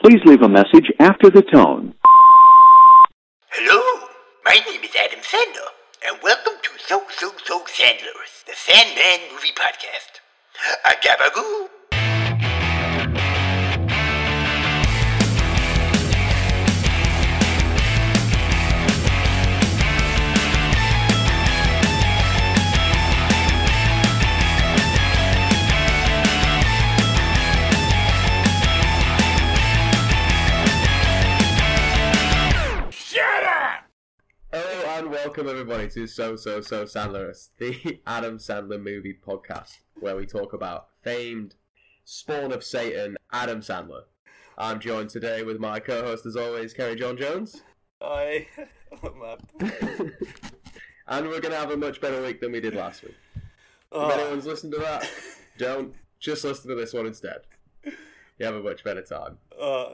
Please leave a message after the tone. Hello, my name is Adam Sandler, and welcome to So So So Sandlers, the Sandman Movie Podcast. A gabagoo. Hello and welcome everybody to So So So Sandlerist, the Adam Sandler movie podcast, where we talk about famed spawn of Satan, Adam Sandler. I'm joined today with my co-host as always, Kerry John Jones, I I'm mad. and we're gonna have a much better week than we did last week. If Oh, anyone's listened to that, don't just listen to this one instead. You have a much better time. uh,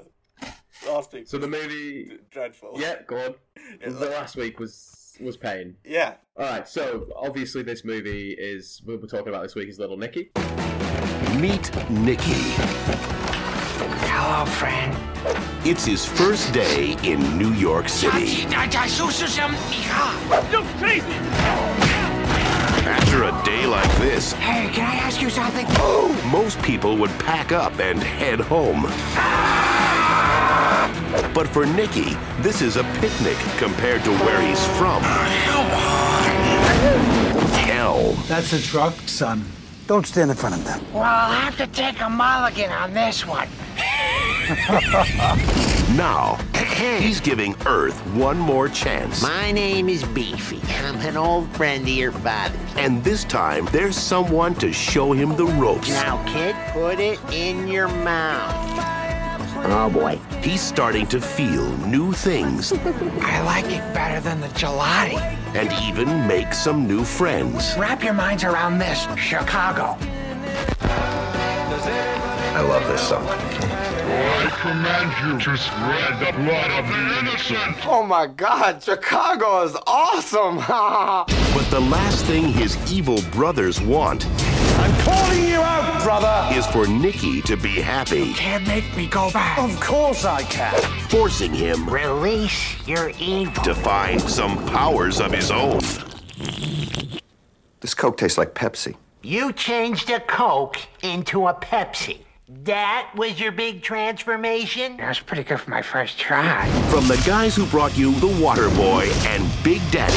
last week So the movie, was dreadful. yeah, go Yeah, on. The last week was was pain. yeah. All right, so obviously this movie is what we're talking about this week is Little Nicky. Meet Nikki. Hello, friend. It's his first day in New York City. After a day like this, oh, Hey, can I ask you something? most people would pack up and head home. But for Nikki, this is a picnic compared to where he's from. Oh, Hell. That's a truck, son. Don't stand in front of them. Well, I'll have to take a mulligan on this one. Now, he's giving Earth one more chance. My name is Beefy, and I'm an old friend of your father's. And this time, there's someone to show him the ropes. Now, kid, put it in your mouth. Oh boy. He's starting to feel new things I like it better than the gelati. and even make some new friends. Wrap your minds around this, Chicago. I love this song. I command you to spread the blood of the innocent. But the last thing his evil brothers want. I'm calling you out, brother! Is for Nikki to be happy, Can't make me go back. Of course I can. forcing him Release your evil. to find some powers of his own. This Coke tastes like Pepsi. You changed a Coke into a Pepsi. That was your big transformation? That was pretty good for my first try. From the guys who brought you The Water Boy and Big Daddy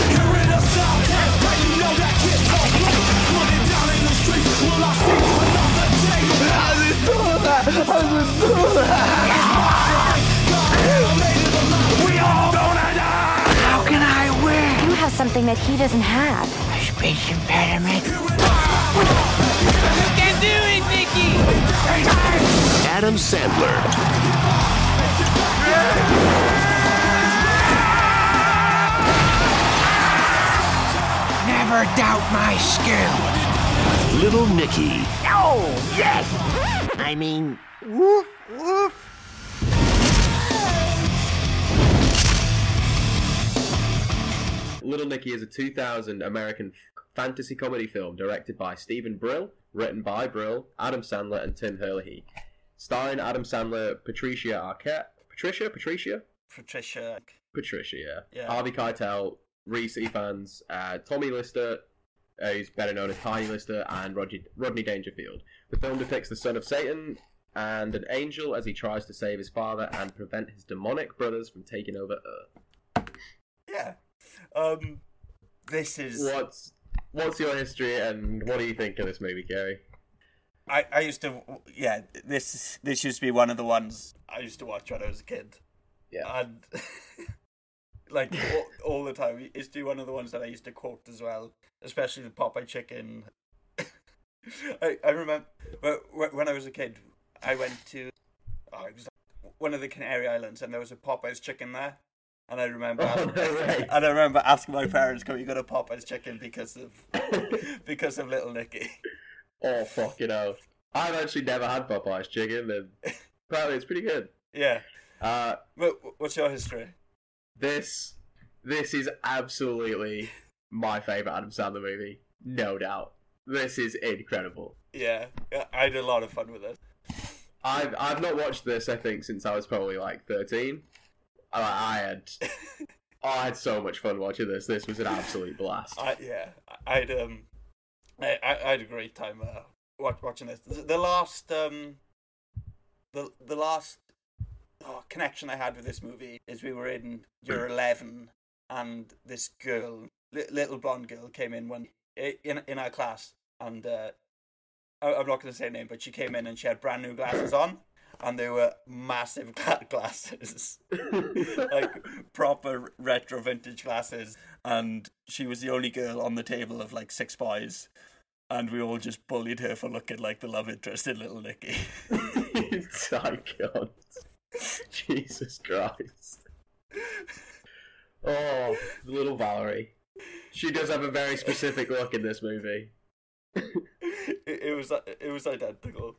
How can I win? You have something that he doesn't have. A speech impediment. Adam Sandler Never doubt my skill. Little Nicky Oh, yes! I mean, woof, woof. Little Nicky is a 2000 American fantasy comedy film directed by Stephen Brill, written by Brill, Adam Sandler, and Tim Herlihy. Starring Adam Sandler, Patricia Arquette, Patricia, Patricia, Patricia. Patricia, yeah. Yeah. Harvey Keitel, Reese Evans, uh, Tommy Lister, uh, who's better known as Tiny Lister, and Roger, Rodney Dangerfield. The film depicts the son of Satan and an angel as he tries to save his father and prevent his demonic brothers from taking over Earth. Yeah. Um, this is. What's what's your history and what do you think of this movie, Gary? I, I used to yeah this this used to be one of the ones I used to watch when I was a kid. Yeah. And like all, all the time it used to be one of the ones that I used to quote as well, especially the Popeye chicken. I I remember but wh- when I was a kid, I went to oh, it was one of the Canary Islands and there was a Popeye's chicken there. And I remember, Oh, no way. and I remember asking my parents, "Can we go to Popeye's Chicken because of because of Little Nicky?" Oh fuck, you know. I've actually never had Popeye's chicken and apparently it's pretty good. Yeah. Uh, What, what's your history? this this is absolutely my favourite Adam Sandler movie. No doubt. This is incredible. Yeah, I had a lot of fun with it. I've I've not watched this. I think since I was probably like thirteen. I, I had I had so much fun watching this. This was an absolute blast. I, yeah, I- I'd um, I, I I had a great time uh, wa- watching this. The, the last um, the the last oh, connection I had with this movie is we were in year eleven, and this girl, li- little blonde girl, came in one i- in in our class, and uh, I, I'm not going to say her name, but she came in and she had brand new glasses on. And they were massive gla- glasses, like proper retro vintage glasses. And she was the only girl on the table of like six boys, and we all just bullied her for looking like the love interest in Little Nicky. Psychon. Jesus Christ. Oh, little Valerie. She does have a very specific look in this movie. it, it was it was identical.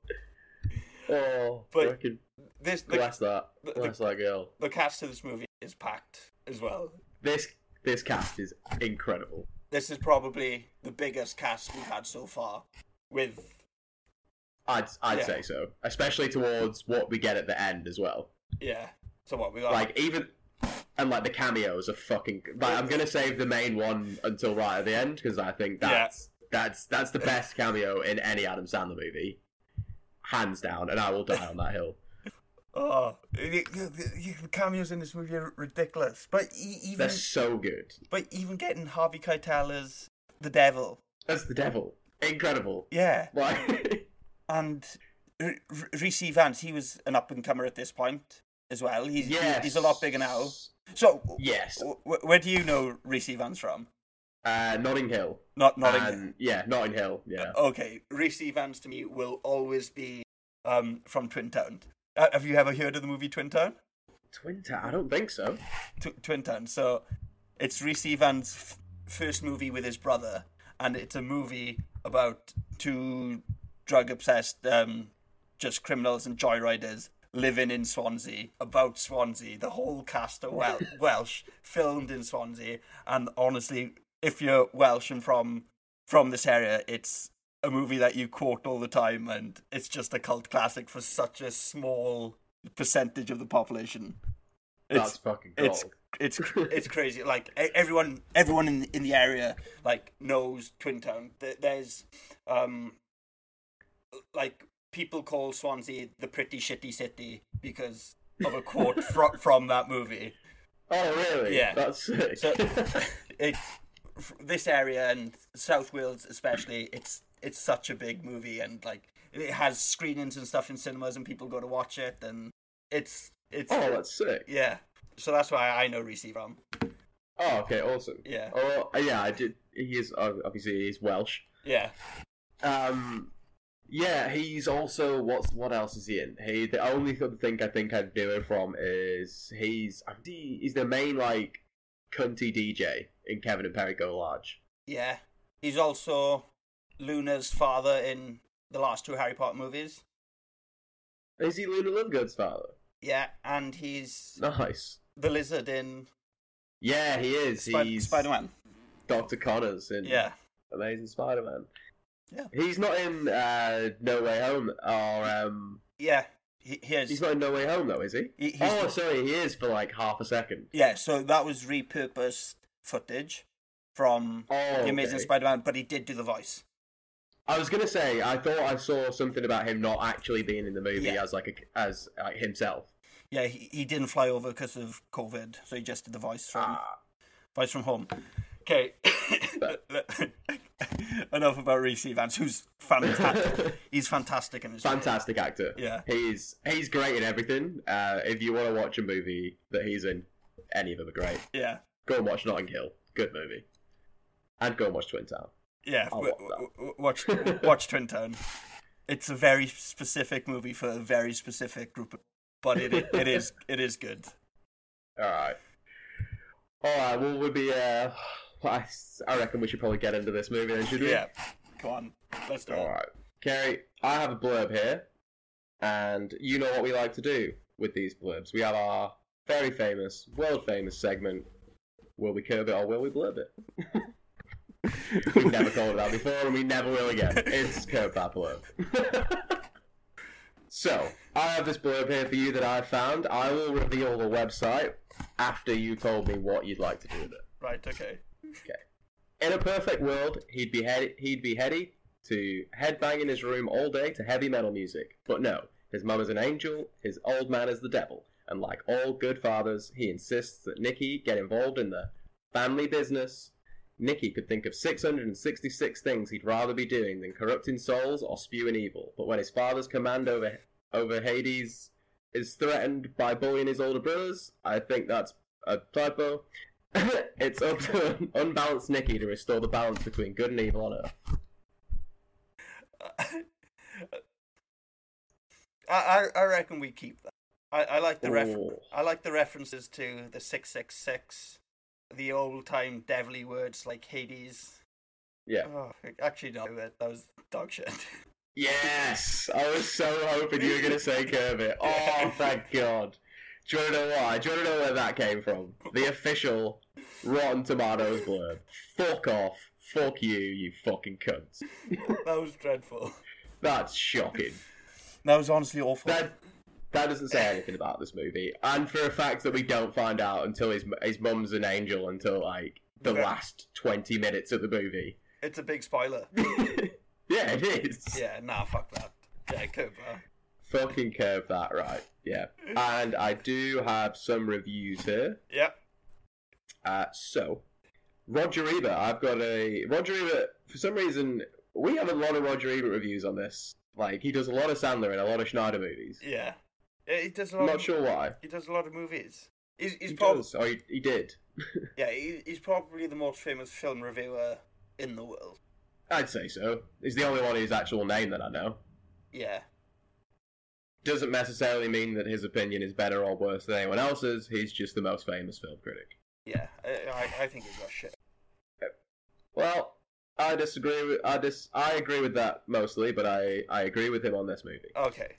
Oh, But fucking This the, bless that. the- the- Bless that girl. the cast of this movie is packed as well. This this cast is incredible. This is probably the biggest cast we've had so far, with I'd I'd Yeah. say so, especially towards what we get at the end as well. yeah. So what we got? Like even and like the cameos are fucking. Like I'm gonna save the main one until right at the end because I think Yeah. that's that's that's the best cameo in any Adam Sandler movie, hands down. And I will die on that hill. oh, the, the, the cameos in this movie are ridiculous. But e- even They're so good. but even getting Harvey Keitel as the devil, That's the devil. Incredible. yeah. Like and R- R- Reese Vance, he was an up and comer at this point as well. He's he- yes, he's a lot bigger now. So Yes. w- w- where do you know Reese Vance from? Uh, Notting Hill. Not Notting. And- yeah, Notting Hill. Yeah. Okay, Reese Vance to me will always be um, from Twin Town. Uh, have you ever heard of the movie Twin Town? Twin Town. I don't think so. Tw- Twin Town. So it's Reese Evans' f- first movie with his brother, and it's a movie about two drug obsessed, um, just criminals and joyriders living in Swansea, about Swansea. The whole cast are Wel- Welsh, filmed in Swansea, and honestly, if you're Welsh and from from this area, it's a movie that you quote all the time, and it's just a cult classic for such a small percentage of the population. That's fucking gold. It's it's cr- it's crazy. Like e- everyone, everyone in in the area like knows Twin Town. There- There's um like people call Swansea the pretty shitty city because of a quote fro- from that movie. Oh really? Yeah. That's sick. So it's f- this area and South Wales especially. It's it's such a big movie and like it has screenings and stuff in cinemas and people go to watch it and it's it's oh, that's sick. yeah. So that's why I know Reese from. Oh, okay, awesome. Yeah. Oh, yeah. I did. He is ob- obviously he's Welsh. Yeah. Um, yeah. He's also what's what else is he in? He the only other thing I think I'd know him from is he's he, he's the main like cunty DJ in Kevin and Perry Go Large. Yeah. He's also Luna's father in the last two Harry Potter movies. Is he Luna Lovegood's father? Yeah, and he's Nice. the lizard in Yeah, he is. Spi- he's Spider Man. Doctor Connors in Yeah. Amazing Spider-Man. Yeah. He's not in uh, No Way Home or um. Yeah. He, he is. He's not in No Way Home though, is he? He- he's oh, not- sorry, he is for like half a second. Yeah, so that was repurposed footage from Oh, The Amazing okay. Spider Man, but he did do the voice. I was gonna say, I thought I saw something about him not actually being in the movie Yeah. as like a, as like himself. Yeah, he, he didn't fly over because of COVID, so he just did the voice from Ah. voice from home. Okay, enough about Reese Evans, who's fantastic. He's fantastic in his Fantastic actor. Yeah. he's he's great in everything. Uh, if you want to watch a movie that he's in, any of them are great. Yeah, Go and watch Notting Hill, good movie, and go and watch Twin Town. Yeah, I'll w- watch that. w- watch watch Twin Town. It's a very specific movie for a very specific group, of, but it it is it is good. All right. All right. Well, we'll be. Uh, I, s- I reckon we should probably get into this movie then, should we? Yeah, come on, let's do All it. right. Kerry, I have a blurb here, and you know what we like to do with these blurbs. We have our very famous, world famous segment. Will we curb it or will we blurb it? We've never called it that before, and we never will again. It's curb that blurb. So, I have this blurb here for you that I found. I will reveal the website after you told me what you'd like to do with it. Right, okay. In a perfect world, he'd be head- he'd be heady to headbang in his room all day to heavy metal music. But no, his mum is an angel, his old man is the devil, and like all good fathers, he insists that Nikki get involved in the family business. Nikki could think of 666 things he'd rather be doing than corrupting souls or spewing evil, but when his father's command over over Hades is threatened by bullying his older brothers, I think that's a typo. it's up to an unbalanced Nikki to restore the balance between good and evil on Earth. I, I, I reckon we keep that. I, I like the ref- Ooh. I like the references to the six six six, the old time devilly words like Hades. Yeah. Oh, actually, no, that that was dog shit. Yes! I was so hoping you were going to say Kermit. Oh, thank God. Do you want to know why? Do you want to know where that came from? The official Rotten Tomatoes blurb. Fuck off. Fuck you, you fucking cunts. that was dreadful. That's shocking. That was honestly awful. That that doesn't say anything about this movie, and for a fact that we don't find out until his his mum's an angel until like the Very- last twenty minutes of the movie. It's a big spoiler. Yeah, it is. yeah, nah, fuck that. Yeah, Cooper. Fucking curve that right. Yeah, and I do have some reviews here. Yep. Uh, so, Roger Ebert, I've got a Roger Ebert. For some reason, we have a lot of Roger Ebert reviews on this. Like he does a lot of Sandler and a lot of Schneider movies. Yeah. Yeah, He does a lot. I'm not of, sure why. He does a lot of movies. He's, he's He probably does. Oh, he, he did. yeah. He, he's probably the most famous film reviewer in the world. I'd say so. He's the only one whose actual name that I know. Yeah. Doesn't necessarily mean that his opinion is better or worse than anyone else's. He's just the most famous film critic. Yeah. I, I, I think he's got shit. Well, I disagree. With, I dis, I agree with that mostly, but I, I agree with him on this movie. Okay.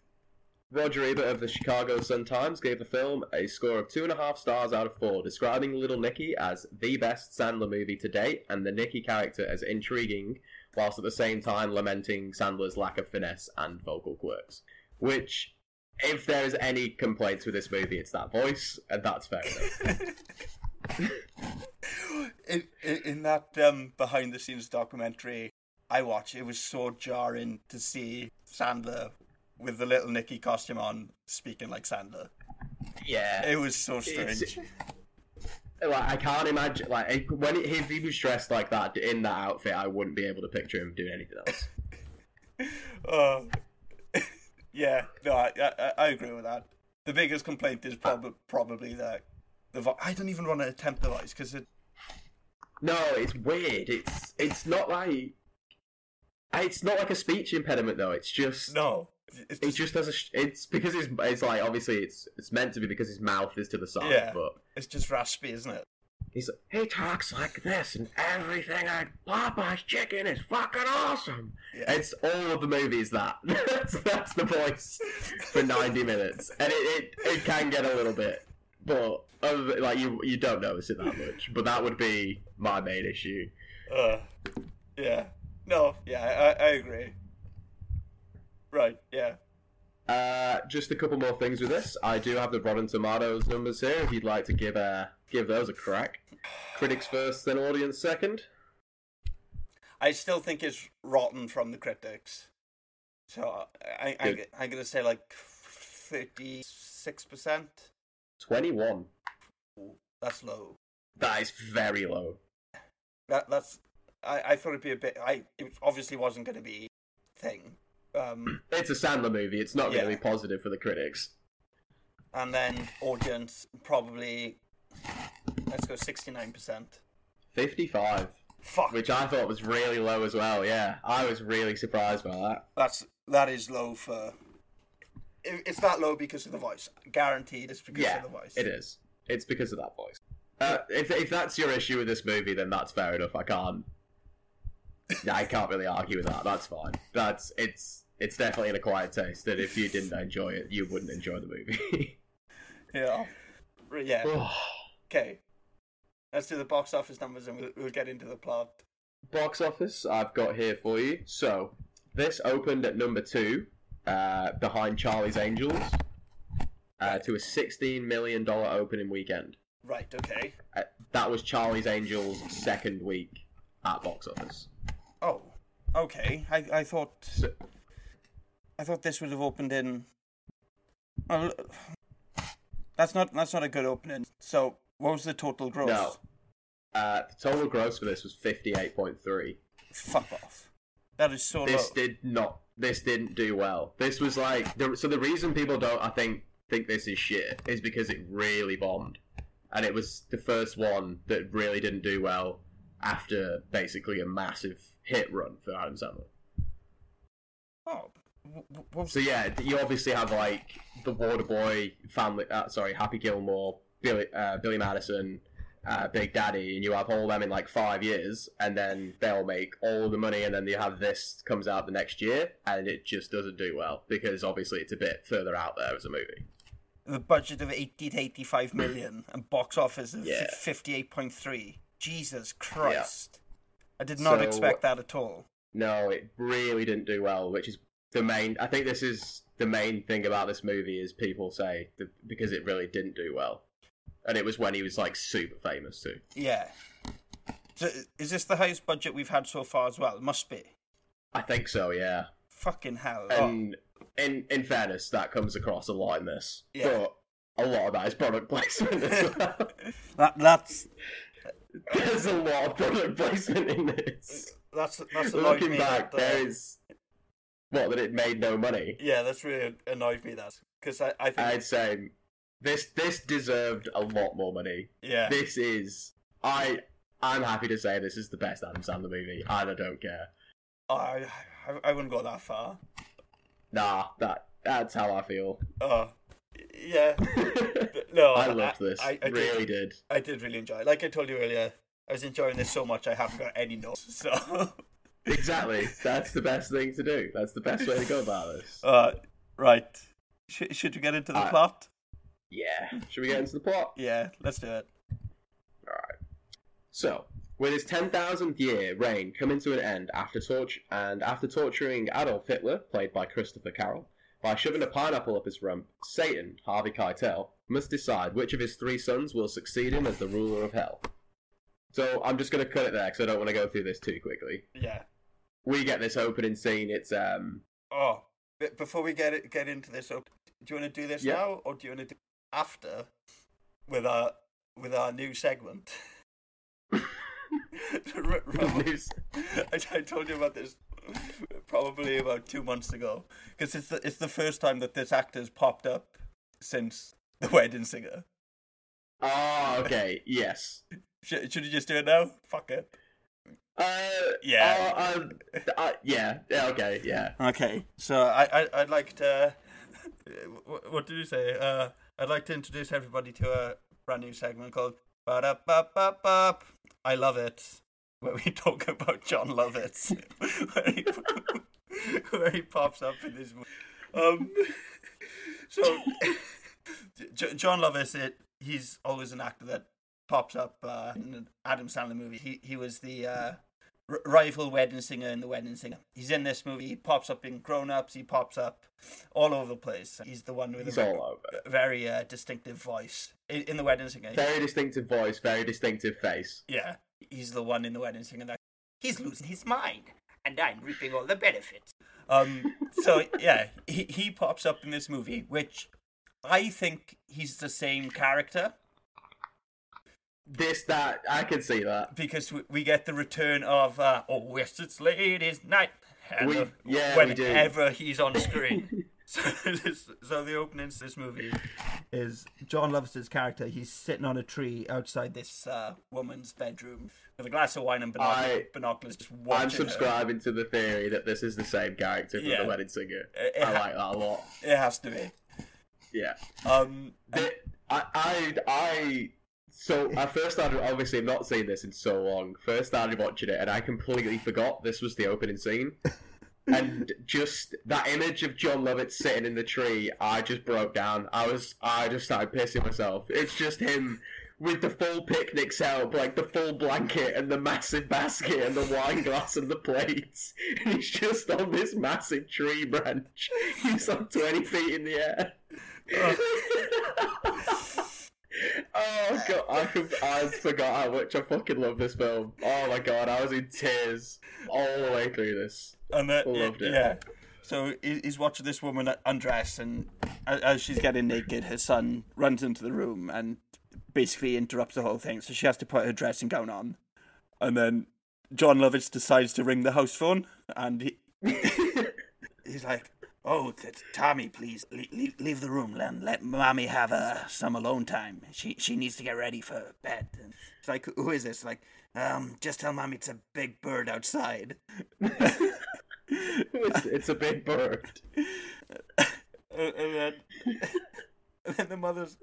Roger Ebert of the Chicago Sun Times gave the film a score of two and a half stars out of four, describing Little Nicky as the best Sandler movie to date and the Nicky character as intriguing, whilst at the same time lamenting Sandler's lack of finesse and vocal quirks. Which, if there is any complaints with this movie, it's that voice, and that's fair enough. in, in, in that um, behind the scenes documentary I watched, it was so jarring to see Sandler with the little Nicky costume on speaking like Sandler. yeah. It was so strange. It's- Like, I can't imagine, like, if- when it, if he was dressed like that in that outfit, I wouldn't be able to picture him doing anything else. Oh. yeah, no, I, I, I agree with that. The biggest complaint is prob- probably the, the vo- I don't even want to attempt the voice because it. No, it's weird. It's it's not like it's not like a speech impediment though. It's just No. It's it just, just has a. sh- It's because it's it's like obviously it's it's meant to be because his mouth is to the side, Yeah. but it's just raspy, isn't it? he's he talks like this and everything like Popeye's chicken is fucking awesome. Yeah. It's all of the movies that that's that's the voice for ninety minutes, and it, it it can get a little bit, but other than- like you you don't notice it that much. But that would be my main issue. Uh, yeah. No, yeah, I, I agree. Right, yeah. Uh, just a couple more things with this. I do have the Rotten Tomatoes numbers here. If you'd like to give uh, give those a crack, critics first, then audience second. I still think it's rotten from the critics. So I, I, Good. I, am going to say like 36%. Twenty-one. That's low. That is very low. That That's. I, I thought it'd be a bit. I It obviously wasn't going to be thing. Um, It's a Sandler movie. It's not going Yeah. to be positive for the critics. Hmm. and then audience probably. Let's go 69%. Fifty-five, Fuck. which I thought was really low as well. Yeah, I was really surprised by that. That's that is low for. it- It's that low because of the voice. Guaranteed, it's because yeah, of the voice. it is. It's because of that voice. Uh, if if that's your issue with this movie, then that's fair enough. I can't. Yeah, I can't really argue with that. That's fine. That's it's it's definitely an acquired taste. That if you didn't enjoy it, you wouldn't enjoy the movie. Yeah. Right, Yeah. Box Okay. Let's do the box office numbers and we'll, we'll get into the plot. office, I've got here for you. So this opened at number two uh, behind Charlie's Angels uh, to a $16 million opening weekend. Right, okay. Uh, that was Charlie's Angels' second week at box office. Oh, okay. I, I thought So- I thought this would have opened in. Well, that's not that's not a good opening. So what was the total gross? No. Uh, the total gross for this was 58.3. Fuck off. That is so this low. did not this didn't do well this was like the, so the reason people don't i think think this is shit is because it really bombed and it was the first one that really didn't do well after basically a massive hit run for adam sandler Oh, w- w- what was so yeah you obviously have like the waterboy family uh, sorry happy gilmore billy uh, billy madison uh, big daddy and you have all them in like five years and then they'll make all the money and then you have this comes out the next year and it just doesn't do well because obviously it's a bit further out there as a movie the budget of 80 to 85 million and box office of Yeah. 58.3. Jesus Christ. I did not So- expect that at all. no it really didn't do well which is the main i think this is the main thing about this movie is people say that because it really didn't do well and it was when he was like super famous too Yeah. So is this the highest budget we've had so far as well? It must be. i think so yeah Fucking hell. oh, and in in fairness, that comes across a lot in this. Yeah. But a lot of that is product placement as well. that, that's There's a lot of product placement in this. that's that's annoyed Looking me. back, that, uh, there is what that it made no money. Yeah, that's really annoyed me. That because I, I think I'd say this this deserved a lot more money. yeah This is I I'm happy to say this is the best Adam Sandler movie, and I don't care. Oh, I, I I wouldn't go that far. Nah, that that's how I feel. Uh, yeah, no, I loved this. I, I really did, did. I did really enjoy. it. Like I told you earlier, I was enjoying this so much I haven't got any notes. So, Exactly. That's the best thing to do. That's the best way to go about this. uh, right, Sh- should we get into the Uh, plot? Yeah. Should we get into the plot? Yeah, let's do it. So, with his 10,000th year reign coming to an end after torch and after torturing Adolf Hitler, played by Christopher Carroll, by shoving a pineapple up his rump, Satan, Harvey Keitel, must decide which of his three sons will succeed him as the ruler of hell. So, I'm just going to cut it there because I don't want to go through this too quickly. Yeah. We get this opening scene. It's um, Oh, be- before we get it, get into this, oh, do you want to do this Yeah. now or do you want to do it after with our with our new segment? Re- remember- news. I, I told you about this probably about two months ago because it's the, it's the first time that this actor's popped up since the wedding singer. Oh, okay. Yes. Should, should you just do it now? Fuck it. Uh, Yeah. uh, um, uh, yeah. Yeah. Okay. Yeah. Okay, so I, I I'd like to. wh- What did you say? Uh, I'd like to introduce everybody to a brand new segment called "Ba-da-ba-ba-bop." I love it, where we talk about John Lovitz, where, he, where he pops up in this. Um, so J- John Lovitz, it, he's always an actor that pops up uh, in an Adam Sandler movie. He he was the. Uh, r- rival wedding singer in the wedding singer. He's in this movie. He pops up in Grown Ups. He pops up all over the place. He's the one with He's a all over. very uh, distinctive voice in, in the wedding singer. Very distinctive voice. Very distinctive face. Yeah, he's the one in the wedding singer that he's losing his mind, and I'm reaping all the benefits. Um, so yeah, he he pops up in this movie, which I think he's the same character This that I can see that. because we, we get the return of uh, oh yes, it's ladies' night. We- Hello. yeah, we do. whenever he's on screen. so, this, so the opening to this movie is John Lovitz's character. He's sitting on a tree outside this uh, woman's bedroom with a glass of wine and binoc- I- binoculars. Just I'm watching her. subscribing to the theory that this is the same character from Yeah. the Wedding Singer. It- it I ha- like that a lot. It has to be. Yeah. Um, Th- I I I. So I first started obviously I've not seen this in so long. First started watching it and I completely forgot this was the opening scene. and just that image of John Lovett sitting in the tree, I just broke down. I was, I just started pissing myself. It's just him with the full picnic setup, like the full blanket and the massive basket and the wine glass and the plates. And he's just on this massive tree branch. He's like twenty feet in the air. Oh god, I, com- I forgot how much I fucking love this film. Oh my god, I was in tears all the way through this. And that, Loved it. yeah. So he- he's watching this woman undress, and a- as she's getting naked, her son runs into the room and basically interrupts the whole thing. So she has to put her dressing gown on, and then John Lovitz decides to ring the house phone, and he he's like, "Oh, t- t- Tommy, please le- le- leave the room and let mommy have uh, some alone time. She she needs to get ready for bed." And it's like, "Who is this?" Like, um, just tell mommy it's a big bird outside. It's, it's a big bird. and, and then and then the mother's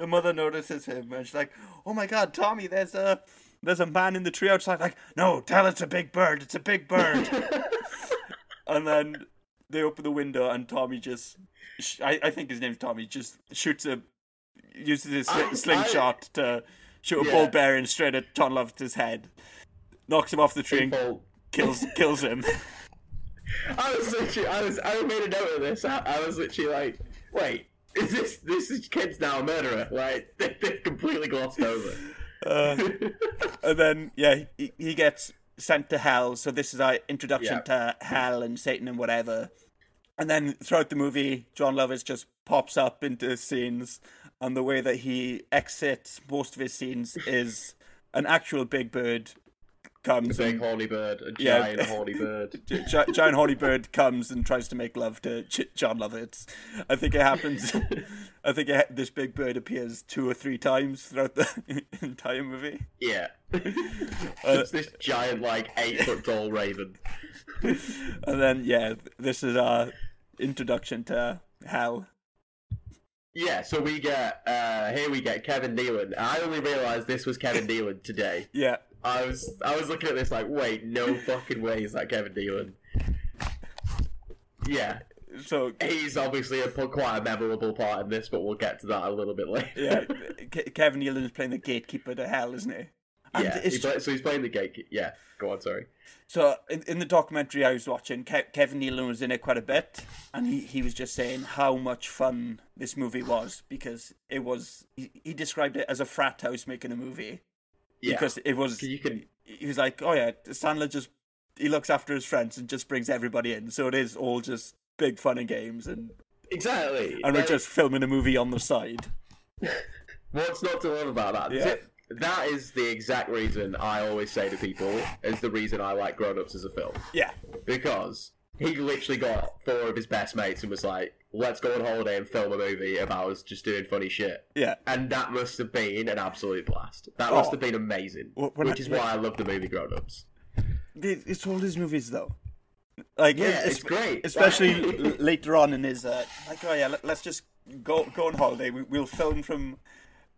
the mother notices him and she's like, "Oh my God, Tommy, there's a there's a man in the tree outside." Like, "No, tell it's a big bird. It's a big bird." and then they open the window and Tommy just, sh- I I think his name's Tommy, just shoots a uses his sli- I- I- slingshot to shoot a Yeah. ball bearing straight at John Lovett's head, knocks him off the tree and Well, kills kills him. I was literally, I was, I made a note of this. I, I was literally like, wait, is this this is- kid's now a murderer? Like they, they've completely glossed over. and then yeah, he, he gets sent to hell. So this is our introduction Yeah. to hell and Satan and whatever. And then throughout the movie, John Lovitz just pops up into scenes, and the way that he exits most of his scenes is an actual big bird comes Big and horny bird, a Yeah. giant horny bird. gi- giant horny bird comes and tries to make love to Ch- John Lovitz. I think it happens. I think it, ha- this big bird appears two or three times throughout the entire movie. Yeah, it's this giant like eight foot tall raven. And then, yeah, this is our introduction to hell. Yeah, so we get uh here we get Kevin Nealon. I only realised this was Kevin Nealon today. Yeah, I was I was looking at this like, wait, no fucking way is that Kevin Nealon. Yeah, so he's obviously a quite a memorable part in this, but we'll get to that a little bit later. yeah, Ke- Kevin Nealon is playing the gatekeeper to hell, isn't he? And yeah. it's- he play- so he's playing the gate. Yeah, go on. Sorry. so in, in the documentary I was watching, Ke- Kevin Nealon was in it quite a bit, and he, he was just saying how much fun this movie was because it was he, he described it as a frat house making a movie Yeah, because it was you can. he was like, oh yeah, Sandler just he looks after his friends and just brings everybody in, so it is all just big fun and games and Exactly. and we're Like, just filming a movie on the side. What's not to love about that? Yeah. That is the exact reason I always say to people is the reason I like Grown Ups as a film. Yeah, because he literally got four of his best mates and was like, "Let's go on holiday and film a movie about us just doing funny shit." yeah. And that must have been an absolute blast. That Oh. must have been amazing, Well, when which I- is why I love the movie Grown Ups. It- It's all his movies though. Like Yeah, es- it's great. especially l- later on in his uh, like oh yeah, let- let's just go go on holiday. We, we'll film from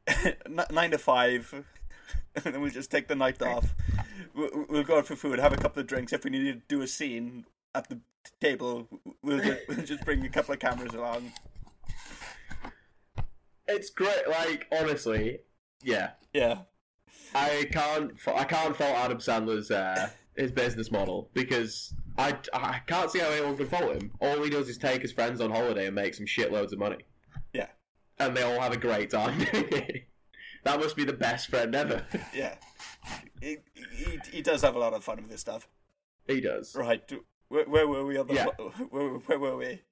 n- nine to five, and then we'll just take the night off. We'll, we'll go out for food, have a couple of drinks. If we need to do a scene at the t- table, we'll just, we'll just bring a couple of cameras along. It's great. Like honestly, yeah, Yeah, I can't. fa- I can't fault Adam Sandler's uh, his business model because I, I can't see how anyone can fault him. All he does is take his friends on holiday and make some shitloads of money. Yeah. and they all have a great time. doing it. that must be the best friend ever. yeah. He, he he does have a lot of fun with this stuff. he does. Right. Where, where were we on the Yeah. where, where were we?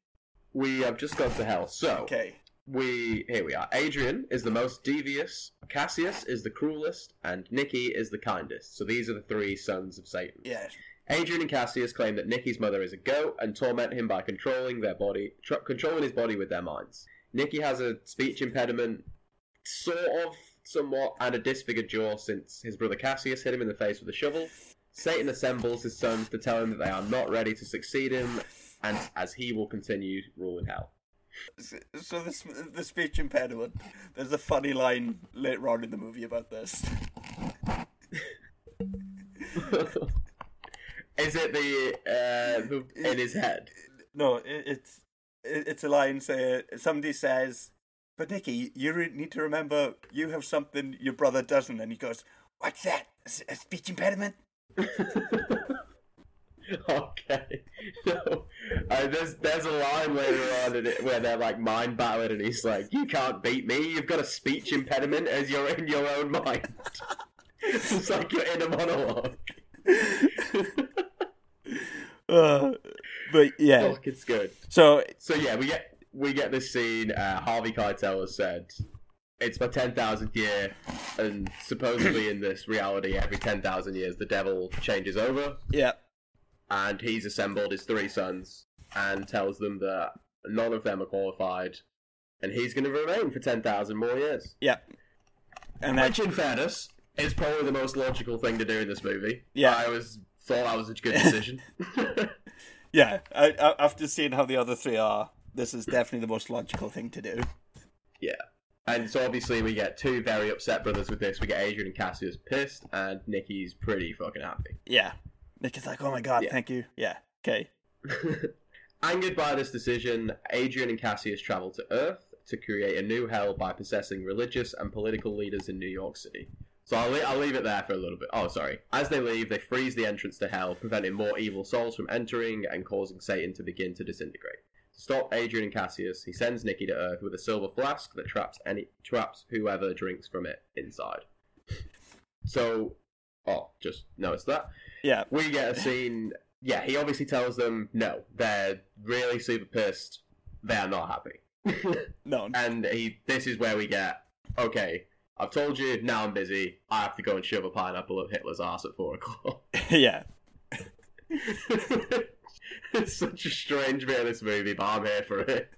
We have just gone to hell. So Okay. we here we are. Adrian is the most devious. Cassius is the cruelest, and Nikki is the kindest. So these are the three sons of Satan. Yeah. Adrian and Cassius claim that Nicky's mother is a goat and torment him by controlling their body, tr- controlling his body with their minds. Nicky has a speech impediment, sort of, somewhat, and a disfigured jaw since his brother Cassius hit him in the face with a shovel. Satan assembles his sons to tell him that they are not ready to succeed him, and as he will continue ruling hell. So this the speech impediment. There's a funny line later on in the movie about this. Is it the uh the, in his head? No, it, it's it, it's a line saying somebody says, "But Nicky, you re- need to remember you have something your brother doesn't," and he goes, "What's that? A s- a speech impediment?" Okay. No. Uh, there's there's a line later on in it where they're like mind battling, and he's like, "You can't beat me. You've got a speech impediment as you're in your own mind." it's like you're in a monologue. Uh, but yeah, Fuck, it's good. so So yeah, we get we get this scene. Uh, Harvey Keitel has said it's my ten thousandth year, and supposedly in this reality, every ten thousand years, the devil changes over, yeah, and he's assembled his three sons and tells them that none of them are qualified, and he's going to remain for ten thousand more years. yeah, and then Which, in fairness, is probably the most logical thing to do in this movie. Yeah. I was thought that was a good decision. yeah, I, I, after seeing how the other three are, this is definitely the most logical thing to do. Yeah. And so obviously we get two very upset brothers with this. We get Adrian and Cassius pissed, and Nikki's pretty fucking happy. Yeah, Nick is like, "Oh my god, Yeah. thank you." Yeah, okay, Angered by this decision, Adrian and Cassius travel to Earth to create a new hell by possessing religious and political leaders in New York City. So I'll, le- I'll leave it there for a little bit. Oh, sorry. As they leave, they freeze the entrance to hell, preventing more evil souls from entering and causing Satan to begin to disintegrate. To stop Adrian and Cassius, he sends Nikki to Earth with a silver flask that traps any traps whoever drinks from it inside. So, oh, just notice that yeah, we get a scene. Yeah, he obviously tells them no. They're really super pissed. They're not happy. no, and he, this is where we get okay. I've told you. Now I'm busy. I have to go and shove a pineapple up Hitler's ass at four o'clock. yeah, it's such a strange bit of this movie, but I'm here for it.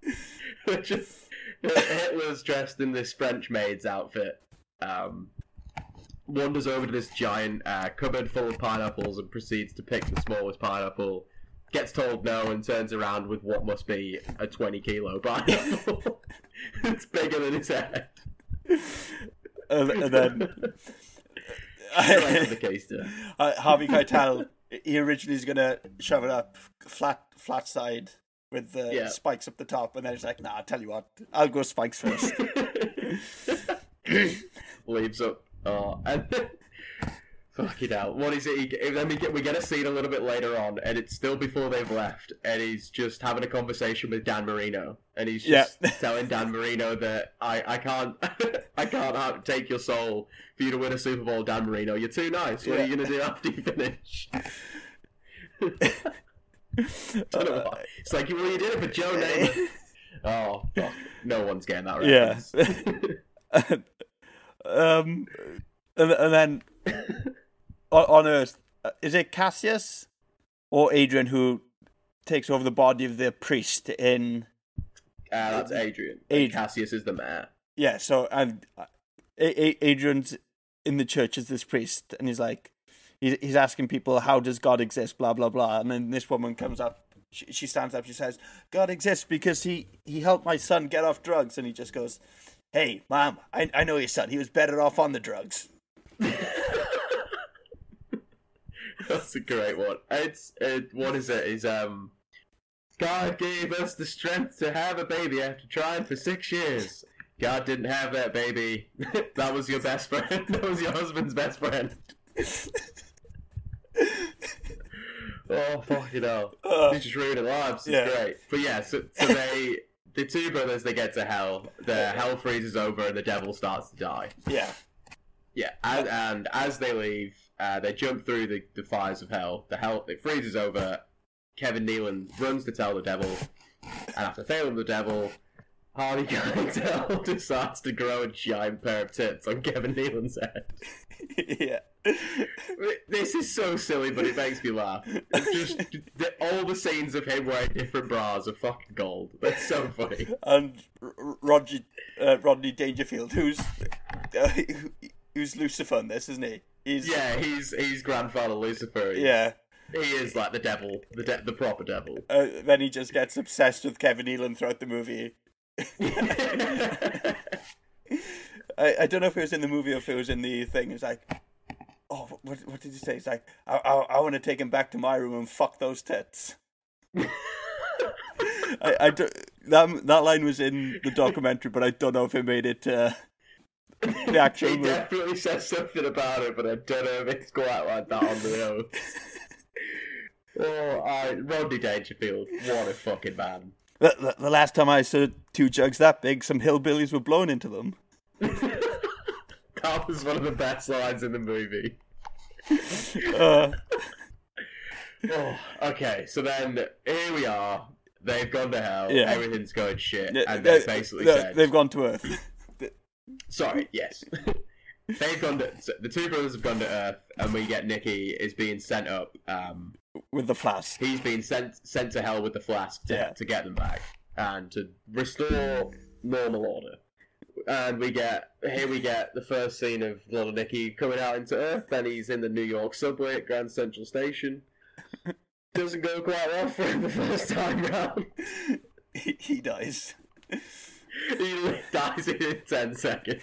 Just Hitler's dressed in this French maid's outfit, um, wanders over to this giant uh, cupboard full of pineapples and proceeds to pick the smallest pineapple. Gets told no and turns around with what must be a 20 kilo pineapple. it's bigger than his head. and, and then. Whatever the case to. Uh, Harvey Keitel, he originally is going to shove it up flat, flat side with the Yeah. spikes up the top, and then he's like, "Nah, I tell you what, I'll go spikes first. leaves up. Oh, and fucking hell, what is it? He, then we get we get a scene a little bit later on, and it's still before they've left, and he's just having a conversation with Dan Marino, and he's just Yeah. telling Dan Marino that I I can't I can't out- take your soul for you to win a Super Bowl, Dan Marino. You're too nice. What are you gonna do after you finish? I don't know why. It's like, well, you did it for Joe Namath. oh, fuck. No one's getting that Uh, right. Yeah. um, and, and then on, on Earth, uh, is it Cassius or Adrian who takes over the body of the priest in? Uh, that's Adrian. Adrian. Cassius is the mayor. Yeah, so and uh, A- A- Adrian's in the church as this priest, and he's like, he's he's asking people, how does God exist? Blah blah blah. And then this woman comes up, she, she stands up, she says, God exists because he he helped my son get off drugs, and he just goes, Hey, mom, I I know your son. He was better off on the drugs. That's a great one. It's it, what is it? Is um, God gave us the strength to have a baby after trying for six years. God didn't have that baby. that was your best friend. that was your husband's best friend. oh fucking hell! He's just ruining lives. It's yeah. great. But yeah, so, so they. The two brothers, they get to hell. The hell freezes over, and the devil starts to die. Yeah, Yeah, and, and as they leave, uh, they jump through the, the fires of hell. The hell it freezes over. Kevin Nealon runs to tell the devil, and after failing the devil, Harvey Keitel decides to grow a giant pair of tits on Kevin Nealon's head. yeah, This is so silly, but it makes me laugh. It's just the, all the scenes of him wearing different bras are fucking gold. That's so funny. and R- R- Roger uh, Rodney Dangerfield, who's uh, who- who's Lucifer in this, isn't he? He's, Yeah, he's he's grandfather Lucifer. He's- yeah. he is like the devil, the de- the proper devil. uh, then he just gets obsessed with Kevin Nealon throughout the movie. I, I don't know if it was in the movie or if it was in the thing. It's like, oh, what, what did he say? He's like, I, I, I want to take him back to my room and fuck those tits. I, I do, that that line was in the documentary, but I don't know if it made it uh, the actual he movie. definitely says something about it, but I don't know if it's quite like that on the nose. oh, I, Rodney Dangerfield, what a fucking man. The, the, the last time I saw two jugs that big, some hillbillies were blown into them. That was one of the best lines in the movie. Uh, Oh, okay, so then here we are. They've gone to hell. Yeah. Everything's going shit, they- and they- they basically they- said, they've gone to Earth. "Sorry, yes." they've gone to so the two brothers have gone to Earth, and we get Nicky is being sent up. Um, with the flask. he's been sent sent to hell with the flask to, Yeah. to get them back and to restore normal order. And we get here we get the first scene of little Nicky coming out into Earth. Then he's in the New York subway at Grand Central Station. Doesn't go quite well for him the first time round. He, he dies. He dies in ten seconds.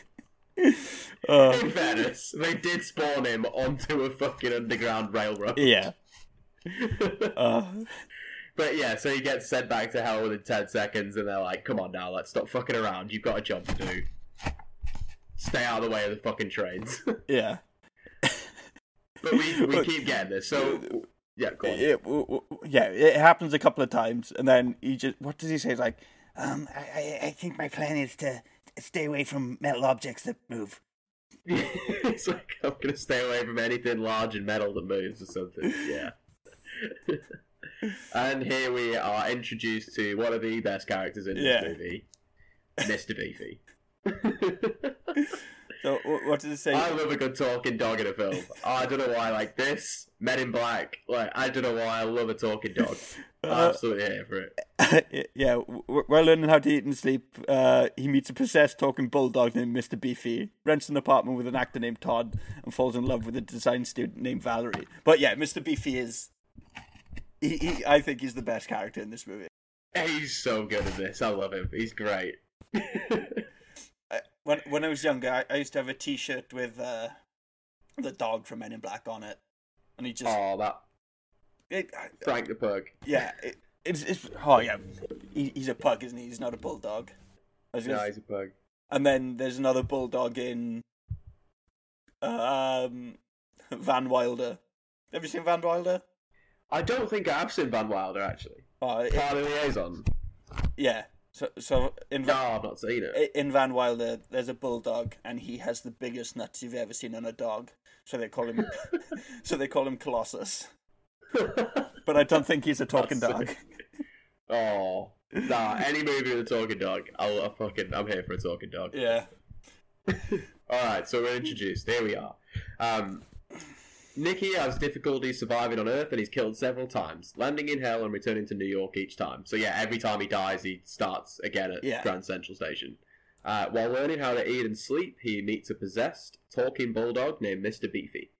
Uh, In fairness, they did spawn him onto a fucking underground railroad. yeah. Uh, But yeah, so he gets sent back to hell within 10 seconds, and they're like, come on now, let's stop fucking around. You've got a job to do. Stay out of the way of the fucking trains. yeah. but we, we keep getting this, so. Yeah, go on. It, w- w- w- yeah, it happens a couple of times, and then he just. What does he say? He's like, um, I, I, I think my plan is to stay away from metal objects that move. it's like, I'm gonna stay away from anything large and metal that moves or something. Yeah. and here we are introduced to one of the best characters in Yeah. this movie, Mr. Beefy. So, wh- what does it say? I love a good talking dog in a film. I don't know why, like this, Men in Black. Like, I don't know why I love a talking dog. I'm absolutely here for it. yeah, w- we're learning how to eat and sleep. Uh, he meets a possessed talking bulldog named Mr. Beefy, rents an apartment with an actor named Todd, and falls in love with a design student named Valerie. But yeah, Mr. Beefy is. He, he, I think he's the best character in this movie. He's so good at this. I love him. He's great. I, when when I was younger, I, I used to have a T-shirt with uh, the dog from Men in Black on it, and he just Oh, that it, I- Frank the Pug. yeah, it, it's, it's oh yeah, he, he's a pug, isn't he? He's not a bulldog. I was gonna No, s- he's a pug. and then there's another bulldog in um Van Wilder. Have you seen Van Wilder? I don't think I've seen Van Wilder actually. Oh, it- Part of the liaison. yeah. So so in No, Van, I've not seen it. in Van Wilder, there's a bulldog, and he has the biggest nuts you've ever seen on a dog. So they call him so they call him Colossus. But I don't think he's a talking That's dog. oh, nah. Any movie with a talking dog, I'll, I'll fucking. I'm here for a talking dog. Yeah. All right, so we're introduced. There we are. Um, Nicky has difficulty surviving on Earth, and he's killed several times, landing in hell and returning to New York each time. So yeah, every time he dies, he starts again at Yeah. Grand Central Station. Uh, while learning how to eat and sleep, he meets a possessed talking bulldog named Mister Beefy.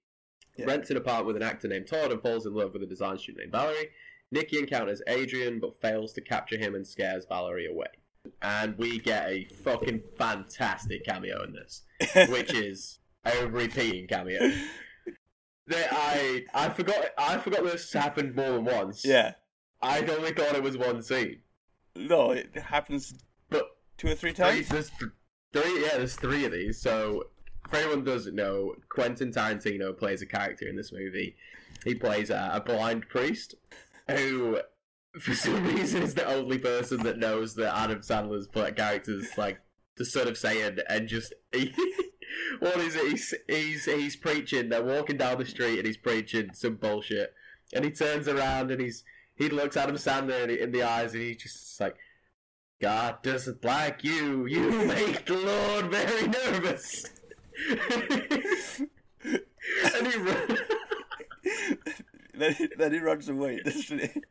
Yeah. Rents an apartment with an actor named Todd and falls in love with a design student named Valerie. Nicky encounters Adrian but fails to capture him and scares Valerie away. And we get a fucking fantastic cameo in this, which is a repeating cameo. That I I forgot I forgot this happened more than once. Yeah. I only thought it was one scene, No, it happens but two or three three, times. there's th- three, yeah, there's three of these. So, for anyone who doesn't know, Quentin Tarantino plays a character in this movie. He plays a, a blind priest who, for some reason, is the only person that knows that Adam Sandler's pla- character's like the son of Satan, and just he, what is it? He's, he's he's preaching. They're walking down the street, and he's preaching some bullshit. And he turns around, and he's he looks Adam Sandler in, in the eyes, and he's just like. God doesn't like you. You make the Lord very nervous. and he, run, Then, he- then he runs away, doesn't he?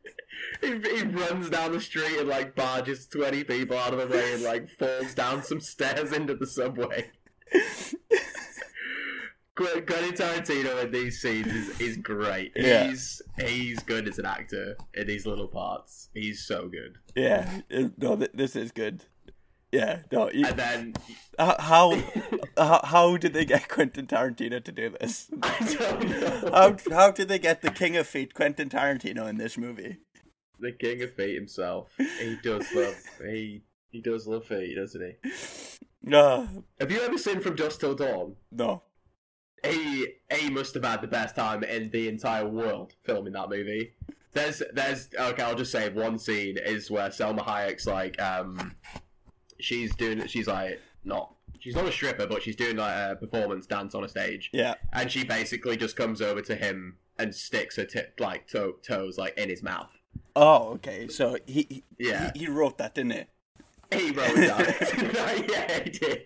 he, he runs down the street and like barges 20 people out of the way and like falls down some stairs into the subway. Qu- Quentin Tarantino in these scenes is, is great. Yeah. He's he's good as an actor in these little parts. He's so good. Yeah, it- no, th- this is good. Yeah, no, you, And then how how how, how did they get Quentin Tarantino to do this? how how did they get the king of feet, Quentin Tarantino, in this movie? The king of feet himself. He does love he he does love feet, doesn't he? No, Have you ever seen From Dusk Till Dawn? Uh, no. He he must have had the best time in the entire world filming that movie. There's there's okay, I'll just say one scene is where Selma Hayek's like um she's doing she's like not she's not a stripper, but she's doing like a performance dance on a stage. Yeah, and she basically just comes over to him and sticks her tip like to- toes like in his mouth. Oh, okay. So he, he Yeah. he, he wrote that, didn't he? He wrote that. yeah, he did.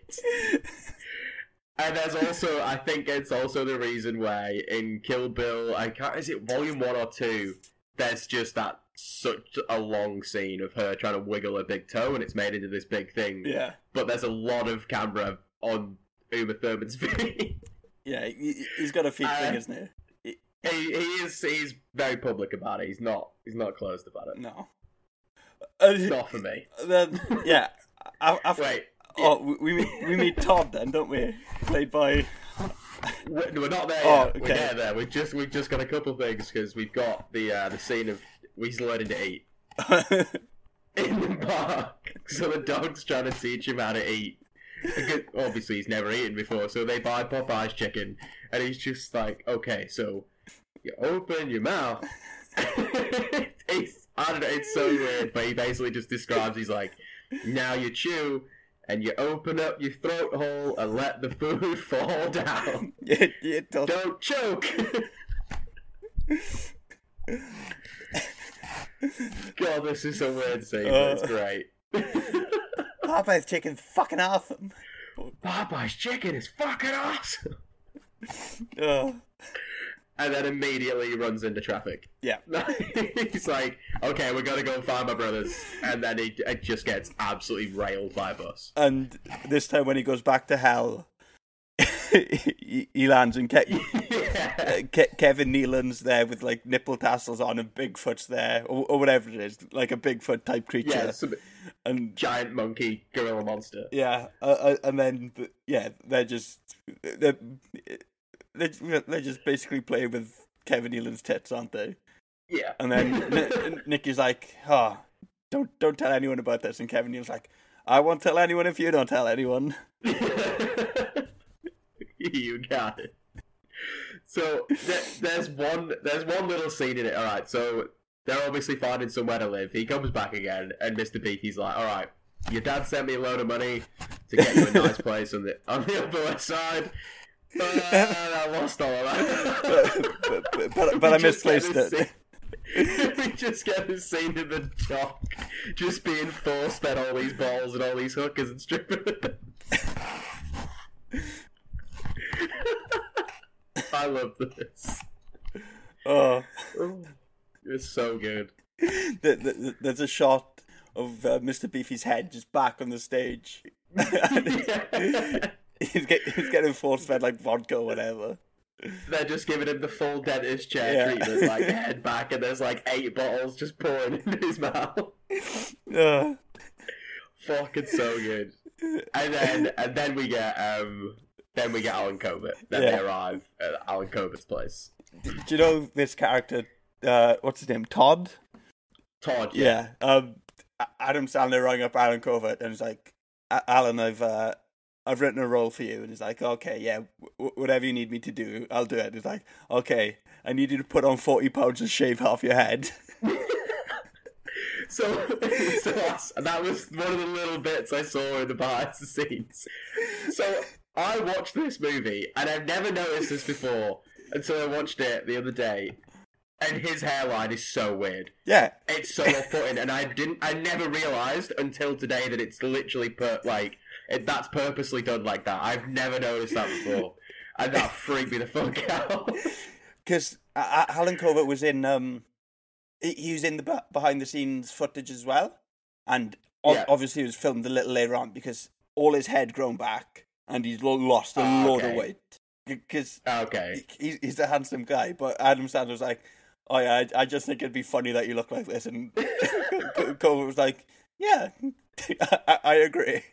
And there's also, I think it's also the reason why in Kill Bill, I can't, is it volume one or two? There's just that such a long scene of her trying to wiggle a big toe, and it's made into this big thing. Yeah, But there's a lot of camera on Uma Thurman's feet. yeah. He, he's got a feet Uh, thing, isn't he? he, he is he's very public about it. He's not he's not closed about it. No. Uh, Not for me. then yeah. a- After, Wait, Oh, we- we meet, we meet Todd then, don't we? Played by We're, we're not there. Oh, yet. We're okay. there. There. We've just we've just got a couple things because we've got the uh, the scene of he's learning to eat in the park. So the dog's trying to teach him how to eat. Because obviously he's never eaten before, so they buy Popeye's chicken, and he's just like, okay, so you open your mouth. it's, I don't know, it's so weird, but he basically just describes. He's like, now you chew. And you open up your throat hole and let the food fall down. yeah, yeah, Todd. Don't choke. God, this is a weird scene. but Uh. it's great. Popeye's chicken fucking awesome. Popeye's chicken is fucking awesome. Oh, And then immediately runs into traffic. yeah. He's like, "Okay, we're gonna go and find my brothers," and then he it just gets absolutely railed by a bus. And this time when he goes back to hell, he, he lands and Ke- yeah, Ke- Kevin Nealon's there with like nipple tassels on and Bigfoot's there or, or whatever it is, like a Bigfoot type creature. yeah, some And giant monkey gorilla monster. Yeah, uh, uh, and then th- yeah, they're just they're, they're they're just basically playing with Kevin Nealon's tits, aren't they? Yeah, And then N- Nicky's like, "Ah, don't don't tell anyone about this," and Kevin Nealon's like, "I won't tell anyone if you don't tell anyone." you got it. So th- there's one there's one little scene in it. All right, so they're obviously finding somewhere to live. He comes back again, and Mr. Beaky's like, "All right, your dad sent me a load of money to get you a nice place on the on the Upper West Side." But I lost all of that. but, but, but, but I We just get misplaced this it. scene- we just get this scene of the dock just being forced at all these balls and all these hookers and strippers. I love this. Oh, It's so good. th- th- th- there's a shot of uh, Mr. Beefy's head just back on the stage. he's, get, he's getting force fed like vodka or whatever. They're just giving him the full dentist chair Yeah. treatment, like head back, and there's like eight bottles just pouring in his mouth. Uh, Fucking so good. And then and then we get um then we get Alan Covert. Then Yeah. they arrive at Alan Covert's place. do you know this character? Uh, what's his name? Todd. Todd. Yeah. Um, A- Adam Sandler rang up Alan Covert and was like, "A- "Alan, I've uh, I've written a role for you." And he's like, "Okay, yeah, w- whatever you need me to do, I'll do it." He's like, "Okay, I need you to put on forty pounds and shave half your head." So, so that's- that was one of the little bits I saw in the behind the scenes. So I watched this movie and I've never noticed this before until I watched it the other day. And his hairline is so weird. yeah. It's so off putting, and I didn't, I never realized until today that it's literally put like it, that's purposely done like that. I've never noticed that before, and that freaked me the fuck out. because Alan Covert was in um, he- he was in the b- behind the scenes footage as well, and ob- Yeah. obviously it was filmed a little later on because all his head grown back and he's lo- lost a Ah, load of okay. weight because okay, he's he's a handsome guy. But Adam Sandler was like, "Oh yeah, I, I just think it'd be funny that you look like this," and Co- Covert was like, "Yeah, I, I agree."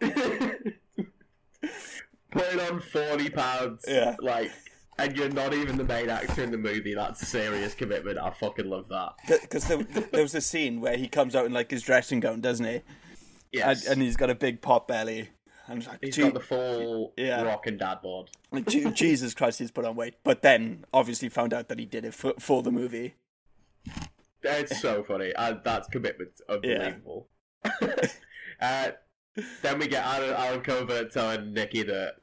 putting on forty pounds, Yeah. like, and you're not even the main actor in the movie. That's serious commitment. I fucking love that. Because there, there was a scene where he comes out in like his dressing gown, doesn't he? Yes, And, and he's got a big pot belly. And it's like, he's "Gee- got the full Yeah. rock and dad board. like, "Gee- Jesus Christ, he's put on weight. But then obviously found out that he did it for, for the movie. It's so funny. Uh, that's commitment. Unbelievable. uh, then we get Alan, Alan Covert telling Nicky that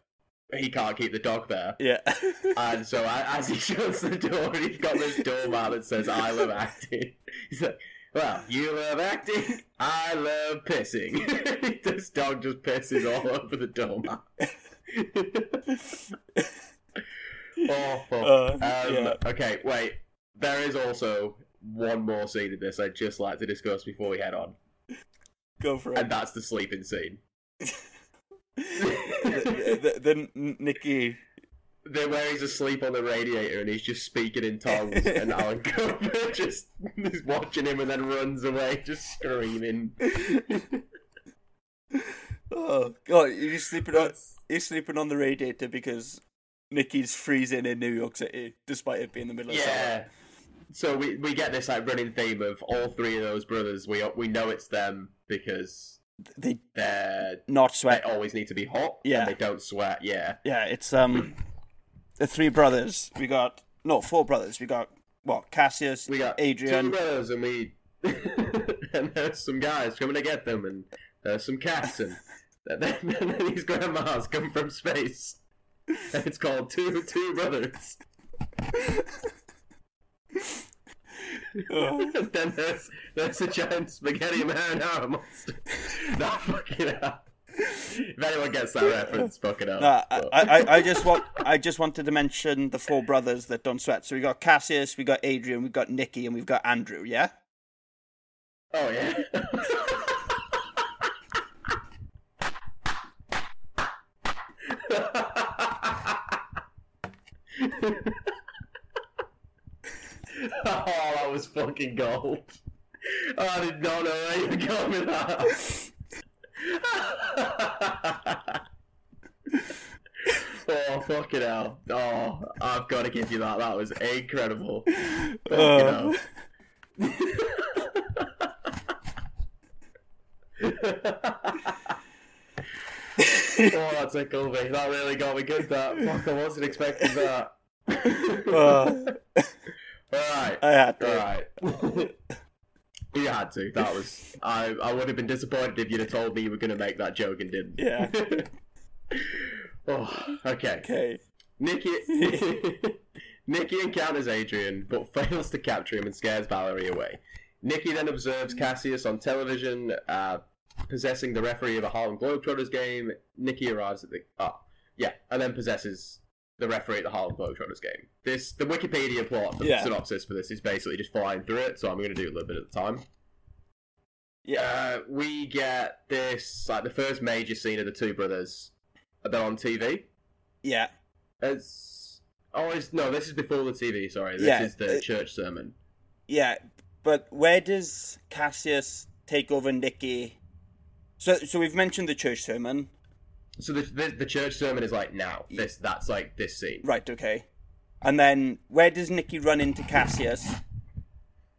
he can't keep the dog there. Yeah. And so a- as he shuts the door, he's got this doorman that says, I love acting. He's like, well, you love acting, I love pissing. this dog just pisses all over the doorman. Awful. Uh, um, yeah. Okay, wait. There is also one more scene in this I'd just like to discuss before we head on, Go for it. and that's the sleeping scene. the, the, the N- Nicky. They're where he's asleep on the radiator and he's just speaking in tongues, and Alan Cooper just is watching him and then runs away, just screaming. Oh God, you're sleeping on you're sleeping on the radiator because Nicky's freezing in New York City, despite it being the middle of Yeah. So we, we get this like running theme of all three of those brothers. We we know it's them because summer. They they're not they sweat. always need to be hot. Yeah. and they don't sweat. Yeah, Yeah, it's um the three brothers. We got no four brothers. We got what Cassius. we got two Adrian. brothers, and we and there's some guys coming to get them, and there's some cats, and then, then these grandmas come from space. And it's called Two Two Brothers. Oh, And then there's there's a giant spaghetti marinara monster. No, fuck it up. If anyone gets that reference, fuck it up. nah, I, I, I just want I just wanted to mention the four brothers that don't sweat. So we got Cassius, we got Adrian, we got Nicky, and we've got Andrew. Yeah. Oh yeah. oh, that was fucking gold. Oh, I did not know where you were going with that. oh, fucking hell. Oh, I've got to give you that. That was incredible. Fucking hell. Oh, that's a cool me. That really got me good. That fuck, I wasn't expecting that. Uh, Alright, I had to. alright. you had to. That was. I. I would have been disappointed if you'd have told me you were going to make that joke and didn't. Yeah. Oh, okay. Okay. Nikki. Nikki encounters Adrian, but fails to capture him and scares Valerie away. Nikki then observes Cassius on television, uh, possessing the referee of a Harlem Globetrotters game. Nikki arrives at the oh yeah, and then possesses the referee at the Harlem Globetrotters game. This the Wikipedia plot, the Yeah. synopsis for this is basically just flying through it, so I'm going to do a little bit at a time. Yeah. Uh, we get this like the first major scene of the two brothers. They're on TV. Yeah. It's oh, it's no. This is before the TV. Sorry, this Yeah, is the it- church sermon. Yeah, but where does Cassius take over Nicky? So, so we've mentioned the church sermon, So the, the the church sermon is like now. This that's like this scene. right? Okay, and then where does Nicky run into Cassius?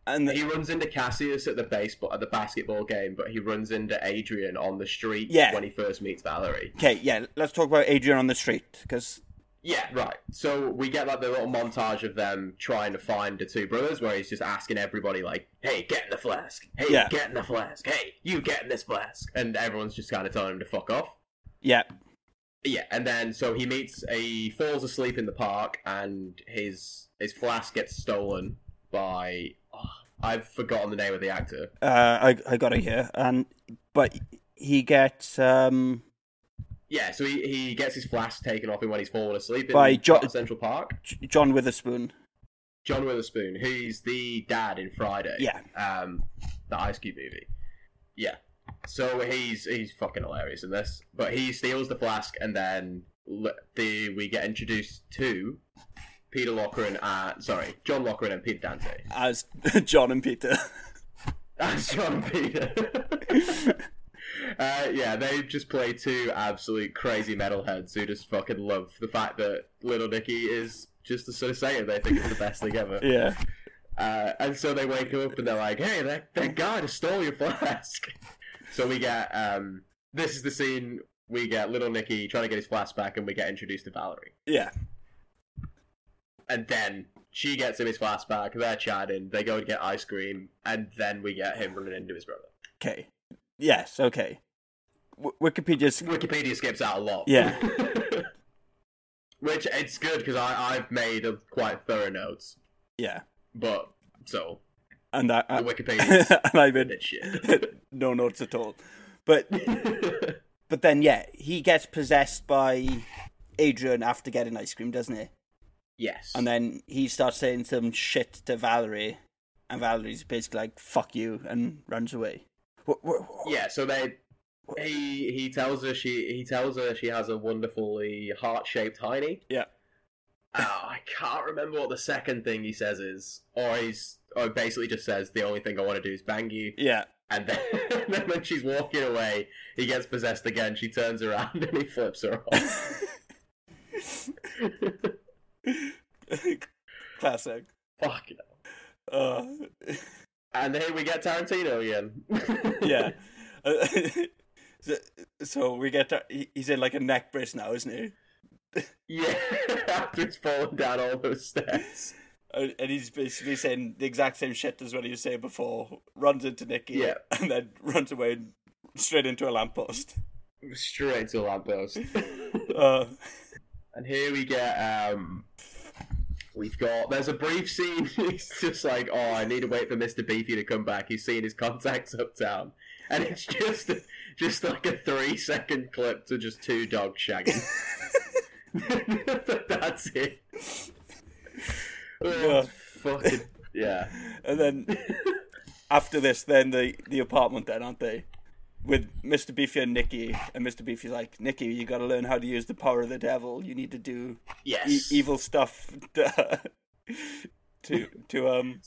And He the, runs into Cassius at the baseball at the basketball game, but he runs into Adrian on the street Yeah. when he first meets Valerie. okay, yeah, let's talk about Adrian on the street because Yeah, right. So we get like the little montage of them trying to find the two brothers, where he's just asking everybody like, "Hey, get in the flask! Hey, Yeah. get in the flask! Hey, you get in this flask!" And everyone's just kind of telling him to fuck off. yeah, Yeah, and then so he meets a he falls asleep in the park, and his his flask gets stolen by oh, I've forgotten the name of the actor. uh, I I got it here, and but he gets um Yeah, so he, he gets his flask taken off him when he's fallen asleep in By Jo- Park- Central Park. J- John Witherspoon. John Witherspoon, who's the dad in Friday. Yeah. Um, the Ice Cube movie. Yeah. So he's he's fucking hilarious in this, but he steals the flask and then l- the we get introduced to Peter Lochran, uh, sorry, John Lochran and Peter Dante. As John and Peter, That's John and Peter. Uh, yeah, they just play two absolute crazy metalheads who just fucking love the fact that Little Nicky is just the son of Satan. They think it's the best thing ever. Yeah. Uh, and so they wake up and they're like, "Hey, that that guy just stole your flask." so we get um, this is the scene we get Little Nicky trying to get his flask back, and we get introduced to Valerie, Yeah. and then she gets him his flask back. They're chatting. They go and get ice cream, and then we get him running into his brother. Okay. Yes. Okay. W- Wikipedia's Wikipedia skips out a lot. Yeah. Which it's good because I I've made a quite thorough notes, yeah, but so and I, I the Wikipedia and I made that shit. no notes at all. But but then yeah, he gets possessed by Adrian after getting ice cream, doesn't he? yes. And then he starts saying some shit to Valerie, and Valerie's basically like "fuck you" and runs away. Wha- wha- wha- yeah, so they he he tells her she he tells her she has a wonderfully heart shaped hiney. Yeah. Oh, I can't remember what the second thing he says is, or he's or basically just says the only thing I want to do is bang you. Yeah. And then, and then when she's walking away, he gets possessed again. She turns around and he flips her off. Classic. Fuck. Uh, And here we get Tarantino again. yeah. Uh, so, so we get to, he- he's in like a neck brace now, isn't he? yeah. After he's fallen down all those steps. And and he's basically saying the exact same shit as what he was saying before. Runs into Nicky, Yeah. and then runs away and straight into a lamppost. Straight to a lamppost. Uh, And here we get um we've got there's a brief scene it's just like, oh I need to wait for Mr. Beefy to come back. He's seeing his contacts uptown. And it's just just like a three second clip to just two dogs shagging. That's it. Oh, Yeah. fucking yeah. and then after this, then the the apartment, then aren't they? With Mr. Beefy and Nicky, and Mr. Beefy's like, Nicky, you got to learn how to use the power of the devil. You need to do e- Yes. evil stuff to, to to um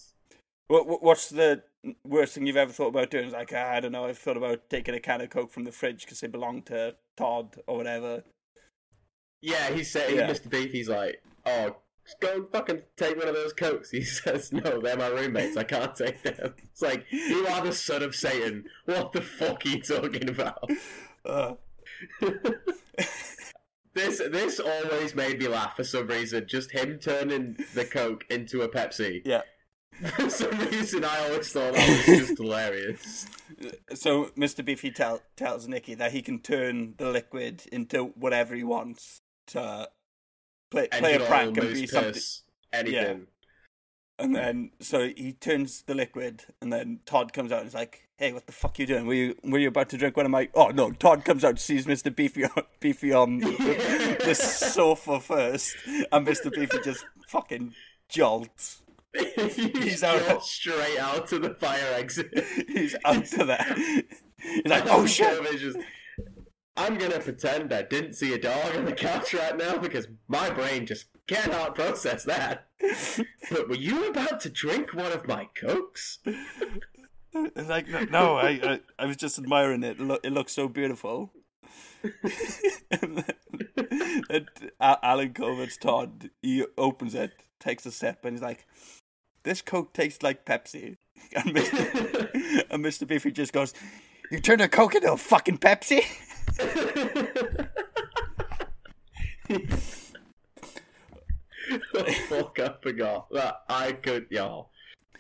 what what- what's the worst thing you've ever thought about doing It's like "Ah, i don't know i've thought about taking a can of coke from the fridge because they belong to todd or whatever Yeah, he said, Yeah. Mr. Beefy's like, oh, just go and fucking take one of those cokes. He says, no, they're my roommates. I can't take them. It's like, you are the son of Satan. What the fuck are you talking about? uh, This this always made me laugh for some reason. Just him turning the coke into a Pepsi. yeah For some reason, I always thought that was just hilarious. so mr beefy tell, tells nicky that he can turn the liquid into whatever he wants to play, And play a you'll prank and lose be something piss, anything. And then so he turns the liquid, and then Todd comes out and is like, "Hey, what the fuck you doing? Were you were you about to drink one of my?" Oh no! Todd comes out, sees Mister Beefy on, Beefy on the, the sofa first, and Mister Beefy just fucking jolts. He's out. out straight out to the fire exit. He's out to that. He's like, "Oh shit!" It's just- I'm gonna pretend I didn't see a dog on the couch right now because my brain just cannot process that. But were you about to drink one of my cokes? It's like, "No, no I, I I was just admiring it. It, loo- it looks so beautiful." and then, and A- Alan Covert's Todd. He opens it, takes a sip, and he's like, "This Coke tastes like Pepsi." And Mr. and Mr. Beefy just goes, "You turned a Coke into a fucking Pepsi." Oh, fuck, I forgot that I could, y'all.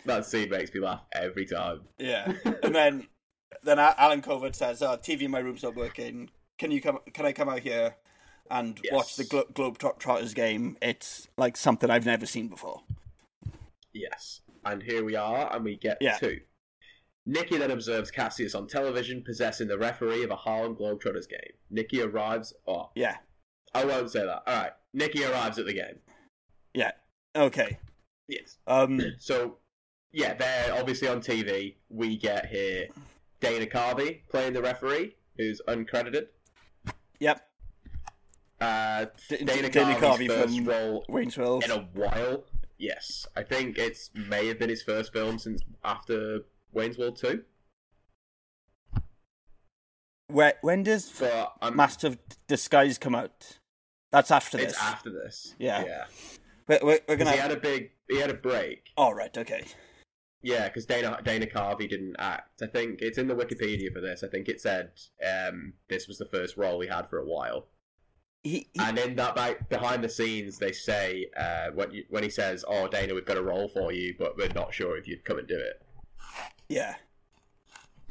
That scene makes me laugh every time. Yeah, and then then A- Alan Covert says, "Oh, TV in my room's not working. Can you come? Can I come out here?" And watch the Yes. Glo- Globetrotters game. It's like something I've never seen before. Yes. And here we are, and we get Yeah. two. Nikki then observes Cassius on television possessing the referee of a Harlem Globetrotters game. Nikki arrives. Oh, Yeah, I won't say that. All right. Nikki arrives at the game. yeah. Okay. Yes. Um. So, yeah, they're obviously on TV. We get here Dana Carvey playing the referee, who's uncredited. Yep. Uh, D- Dana, Dana Carvey's Carvey first from role Wayne's World. in a while. Yes, I think it's may have been his first film since after Wayne's World Two. When, when does But I'm- Master of Disguise come out? That's after this. It's after this. Yeah. Yeah. We're, we're, we're 'Cause gonna. he had a big, he had a break. All right. Okay. Yeah, because Dana Dana Carvey didn't act. I think it's in the Wikipedia for this. I think it said um, this was the first role he had for a while. He, he- And in that back, behind the scenes, they say uh, when you, when he says, "Oh, Dana, we've got a role for you, but we're not sure if you'd come and do it." yeah.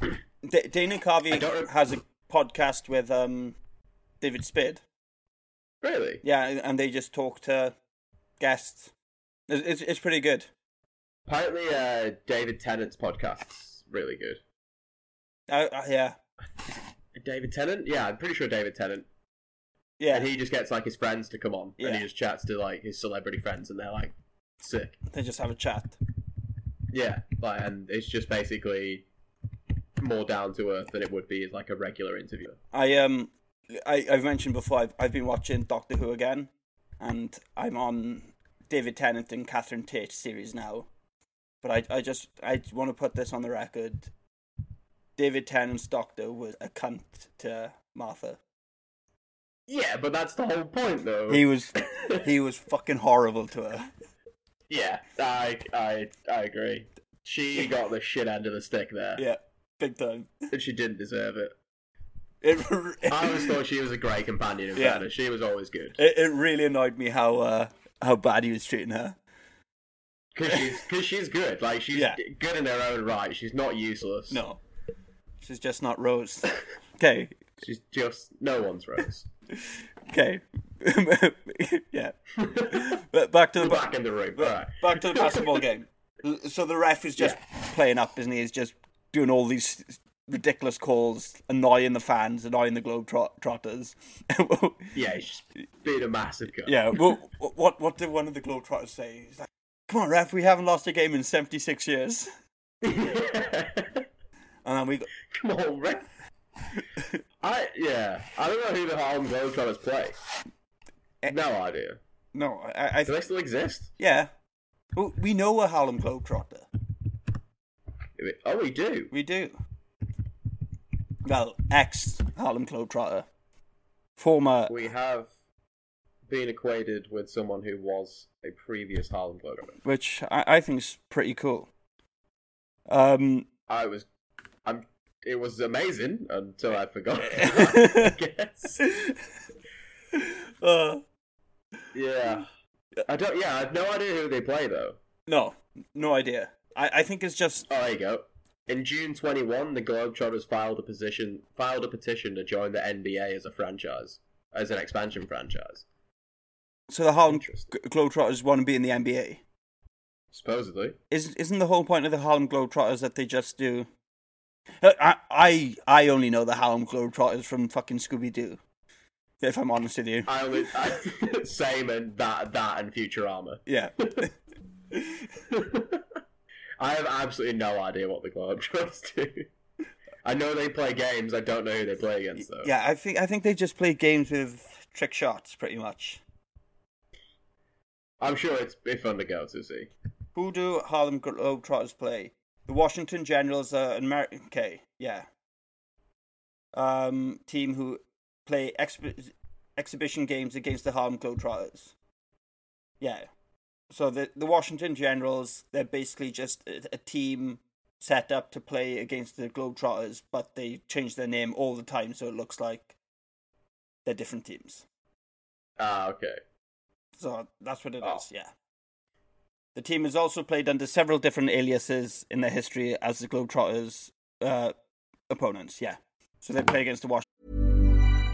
D- Dana Carvey don't rem- has a podcast with um, David Spade. Really? Yeah, and they just talk to guests. It's it's, it's pretty good. Apparently, uh, David Tennant's podcast's really good. Uh, uh, yeah, David Tennant? Yeah, I'm pretty sure David Tennant. yeah. And he just gets like his friends to come on, and Yeah. he just chats to like his celebrity friends, and they're like sick. They just have a chat. Yeah, like, and it's just basically more down to earth than it would be as like a regular interview. I um, I I've mentioned before. I've I've been watching Doctor Who again, and I'm on David Tennant and Catherine Tate series now. But I I just I want to put this on the record. David Tennant's Doctor was a cunt to Martha. Yeah, but that's the whole point, though. He was he was fucking horrible to her. Yeah, I, I, I agree. She got the shit end of the stick there, Yeah, big time. and she didn't deserve it. It, I always thought she was a great companion. In Yeah. fairness, she was always good It, it really annoyed me how uh, how bad he was treating her. because she's because she's good. Like she's Yeah. good in her own right. She's not useless. No, she's just not Rose. Okay, she's just no one's rose. okay, yeah. But back to the We're back in the room. All right. back to the basketball game. So the ref is just playing up, isn't he? He's just doing all these ridiculous calls, annoying the fans, annoying the Globetrotters. Yeah, she's being a massive guy. yeah. Well, what what did one of the Globetrotters say? He's like, "Come on, ref, we haven't lost a game in seventy six years." And then we got, Come on, Rick. I yeah. I don't know who the Harlem Globetrotters play. Eh. No idea. no, I, I Do they still exist? Yeah. Well, we know a Harlem Globetrotter. Oh, we do. We do. Well, ex Harlem Globetrotter. Former. We have been equated with someone who was a previous Harlem Globetrotter. Which I, I think is pretty cool. Um, I was, I'm. It was amazing until I forgot. I guess. uh, Yeah. I don't. Yeah, I have no idea who they play though. no, no idea. I, I think it's just. Oh, there you go. In June 21, the Globetrotters filed a position filed a petition to join the NBA as a franchise, as an expansion franchise. So the Harlem Interesting. G- Globetrotters want to be in the NBA. Supposedly, Isn't isn't the whole point of the Harlem Globetrotters that they just do? uh, I I I only know the Harlem Globetrotters from fucking Scooby Doo. If I'm honest with you, I only I, same and that that and Futurama. yeah. I have absolutely no idea what the Globetrotters do. I know they play games. I don't know who they play against though. Yeah, I think I think they just play games with trick shots, pretty much. I'm sure it's it's fun to go to see. Who do Harlem Globetrotters play? The Washington Generals are an American. Okay, yeah. Um, team who play exp- exhibition games against the Harlem Globetrotters. Yeah. So the the Washington Generals, they're basically just a, a team set up to play against the Globetrotters, but they change their name all the time, so it looks like they're different teams. Ah, okay. So that's what it is. Oh. yeah. The team has also played under several different aliases in their history as the Globetrotters' uh, opponents, yeah. So they play against the Washington.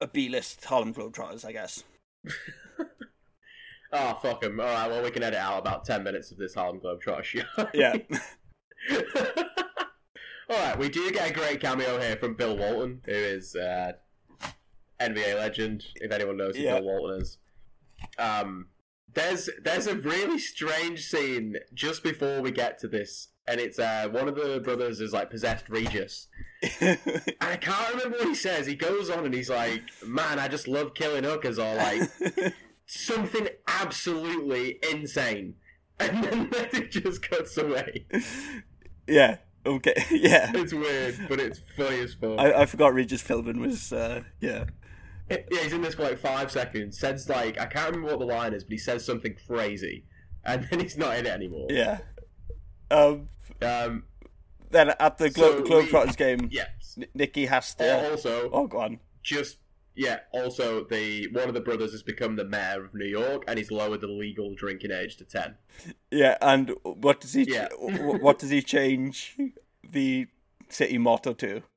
a B-list Harlem Globetrotters, I guess. Oh, fuck him. All right, well, we can edit out about 10 minutes of this Harlem Globetrotter show. Yeah. All right, we do get a great cameo here from Bill Walton, who is uh, NBA legend, if anyone knows who Yeah. Bill Walton is. Um, there's there's a really strange scene just before we get to this, and it's uh, one of the brothers is like possessed Regis. and I can't remember what he says. He goes on and he's like, "Man, I just love killing hookers," or like something absolutely insane, and then it just cuts away. Yeah. Okay. Yeah. It's weird, but it's funny as fuck. I, I forgot Regis Philbin was. Uh, yeah. Yeah, he's in this for like five seconds. Says like I can't remember what the line is, but he says something crazy, and then he's not in it anymore. Yeah. Um. Um. Then at the Glo- so we- Globetrotters game, Yes. N- Nikki has to. Al- also, oh, go on. Just yeah. Also, the one of the brothers has become the mayor of New York, and he's lowered the legal drinking age to ten. Yeah, and what does he? Yeah. wh- wh- what does he change the city motto to?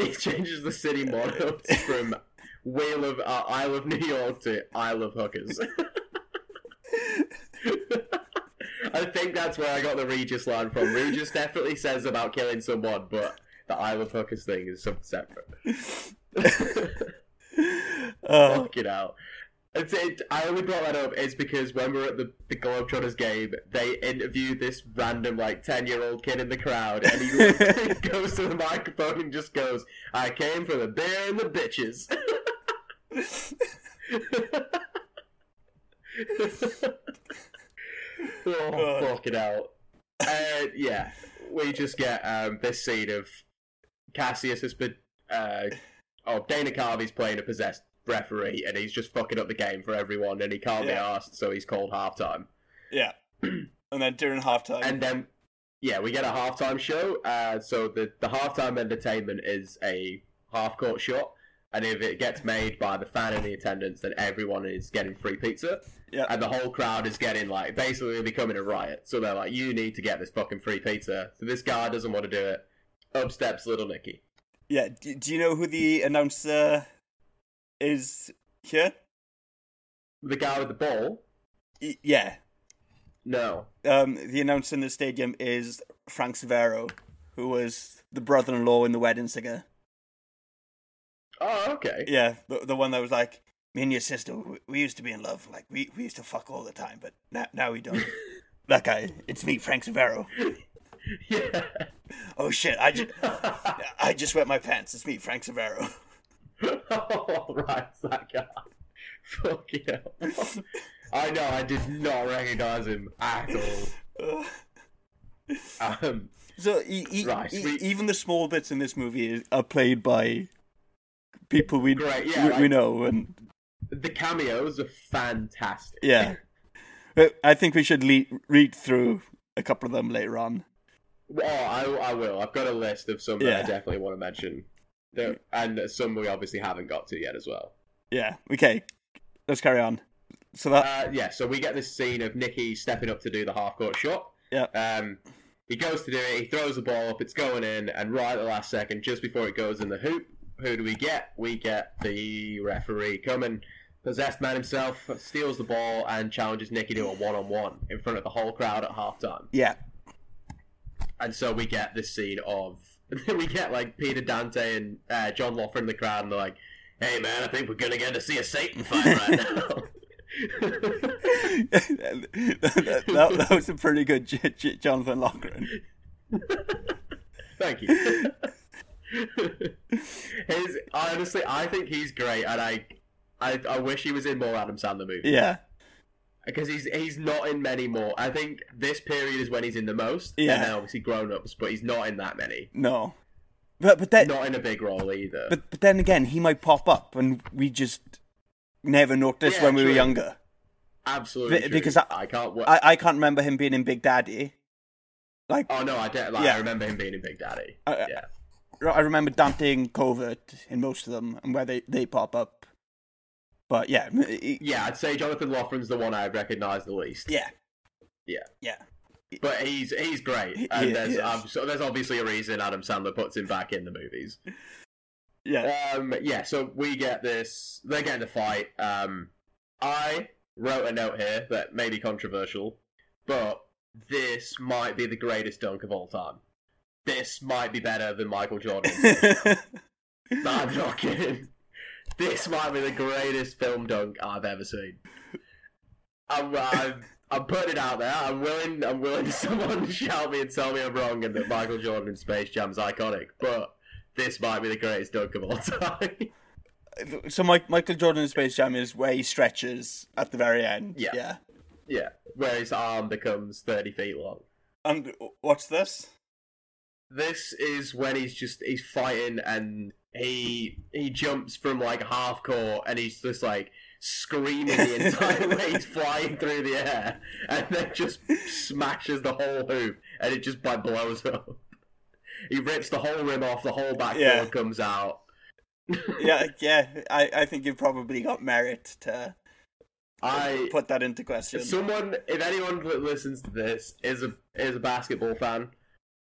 He changes the city motto from Whale of uh, Isle of New York to Isle of Hookers. I think that's where I got the Regis line from. Regis definitely says about killing someone, but the Isle of Hookers thing is something separate. Oh, Fucking hell. It's, it, I only brought that up is because when we were at the, the Globetrotters game, they interviewed this random, like, 10 year old kid in the crowd, and he literally goes to the microphone and just goes, I came for the beer and the bitches. oh, God. fucking hell. Uh, yeah, we just get um, this scene of Cassius has been. Uh, oh, Dana Carvey's playing a possessed referee, and he's just fucking up the game for everyone, and he can't be Yeah. asked, so he's called halftime. yeah. And then during halftime, And then, yeah, we get a halftime show. Uh, so the the halftime entertainment is a half court shot, and if it gets made by the fan in the attendance, then everyone is getting free pizza. Yeah. And the whole crowd is getting like basically becoming a riot. So they're like, "You need to get this fucking free pizza." So this guy doesn't want to do it. Up steps little Nicky. yeah. Do, do you know who the announcer is here? The guy with the ball. Y- yeah. No. Um, the announcer in the stadium is Frank Severo, who was the brother-in-law in the wedding singer. Oh, okay. Yeah, the the one that was like, me and your sister, we, we used to be in love. Like we, we used to fuck all the time, but now now we don't. that guy, it's me, Frank Severo. Yeah. Oh shit, I just I just wet my pants. It's me, Frank Severo. All right, it's that guy. Fuck yeah. I know, I did not recognize him at all. Um, So e- e- Right, e- we- even the small bits in this movie is, are played by people we Great, yeah, we, we like- know, and the cameos are fantastic. yeah. But uh, I think we should le- read through a couple of them later on. Oh, I, I will. I've got a list of some that I Yeah. definitely want to mention, There- and some we obviously haven't got to yet as well. Yeah. Okay. Let's carry on. So that Uh, yeah, so we get this scene of Nikki stepping up to do the half court shot. yeah. Um, He goes to do it. He throws the ball up. It's going in, and right at the last second, just before it goes in the hoop, who do we get? We get the referee coming. Possessed man himself steals the ball and challenges Nicky to a one-on-one in front of the whole crowd at halftime. Yeah. And so we get this scene of we get like Peter Dante and uh, John Loffer in the crowd, and they're like, "Hey man, I think we're gonna get to see a Satan fight right now." that, that- that was a pretty good J- J- Jonathan Loughran. Thank you. His, honestly, I think he's great, and I, I, I wish he was in more Adam Sandler movies. Yeah. because he's he's not in many more. I think this period is when he's in the most. Yeah. and then obviously grown ups, but he's not in that many. No. But but that Not in a big role either. but but then again, he might pop up and we just never noticed Yeah, when we true. were younger. Absolutely, Be- true. because I- can't. wa- I, I can't remember him being in Big Daddy. Like oh no, I don't. Like, Yeah. I remember him being in Big Daddy. I- I- yeah, I remember Dante and Covert in most of them and where they, they pop up. But yeah, m- he- yeah. I'd say Jonathan Loughran's the one I recognise the least. yeah, Yeah, yeah. but he's he's great, He- and he there's is. um, so there's obviously a reason Adam Sandler puts him back in the movies. Yeah. Um, yeah, so we get this. They get in the fight. Um, I wrote a note here that may be controversial, but this might be the greatest dunk of all time. This might be better than Michael Jordan. Uh, I'm not kidding. This might be the greatest film dunk I've ever seen. I'm, I'm, I'm putting it out there. I'm willing. I'm willing to someone to shout me and tell me I'm wrong and that Michael Jordan in Space Jam is iconic, but this might be the greatest dunk of all time. so Mike, Michael Jordan in Space Jam is where he stretches at the very end. Yeah. yeah. yeah, where his arm becomes thirty feet long. And Um, what's this? This is when he's just he's fighting and he he jumps from like half court and he's just like screaming the entire way he's flying through the air and then just smashes the whole hoop and it just like blows up. He rips the whole rim off, the whole backboard Yeah. comes out. yeah, yeah. I, I think you've probably got merit to I put that into question. someone if anyone that listens to this is a is a basketball fan,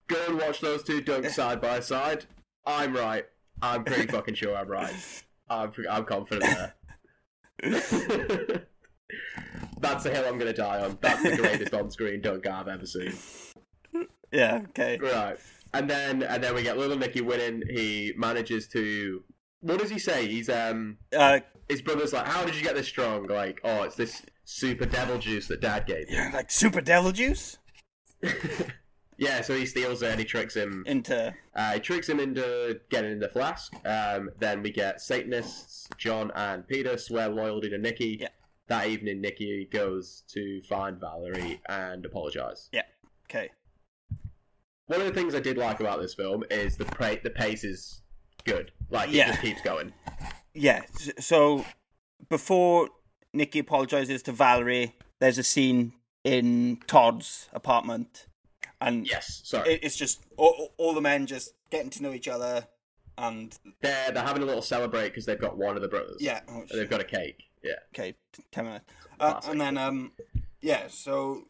go and watch those two dunks side by side. I'm right. I'm pretty fucking sure I'm right. I'm pre- I'm confident there. That's the hill I'm gonna die on. That's the greatest on-screen dunk I've ever seen. yeah, okay. Right, and then and then we get little Nicky winning. He manages to. What does he say? He's um. Uh, His brother's like, "How did you get this strong?" Like, "Oh, it's this super devil juice that Dad gave you." like super devil juice Yeah, so he steals it and he tricks him. into Uh, he tricks him into getting in the flask. Um, then we get Satanists, John and Peter swear loyalty to Nikki. Yeah. That evening, Nikki goes to find Valerie and apologize. yeah. Okay. One of the things I did like about this film is the pra- the pace is good. Like it Yeah. just keeps going. Yeah. s- So before Nikki apologizes to Valerie, there's a scene in Todd's apartment, and Yes, sorry. it, it's just all, all the men just getting to know each other, and they're they're having a little celebrate because they've got one of the brothers. yeah. oh, and they've got a cake. Yeah, okay, t- ten minutes. Uh, Classic. and then um, yeah. So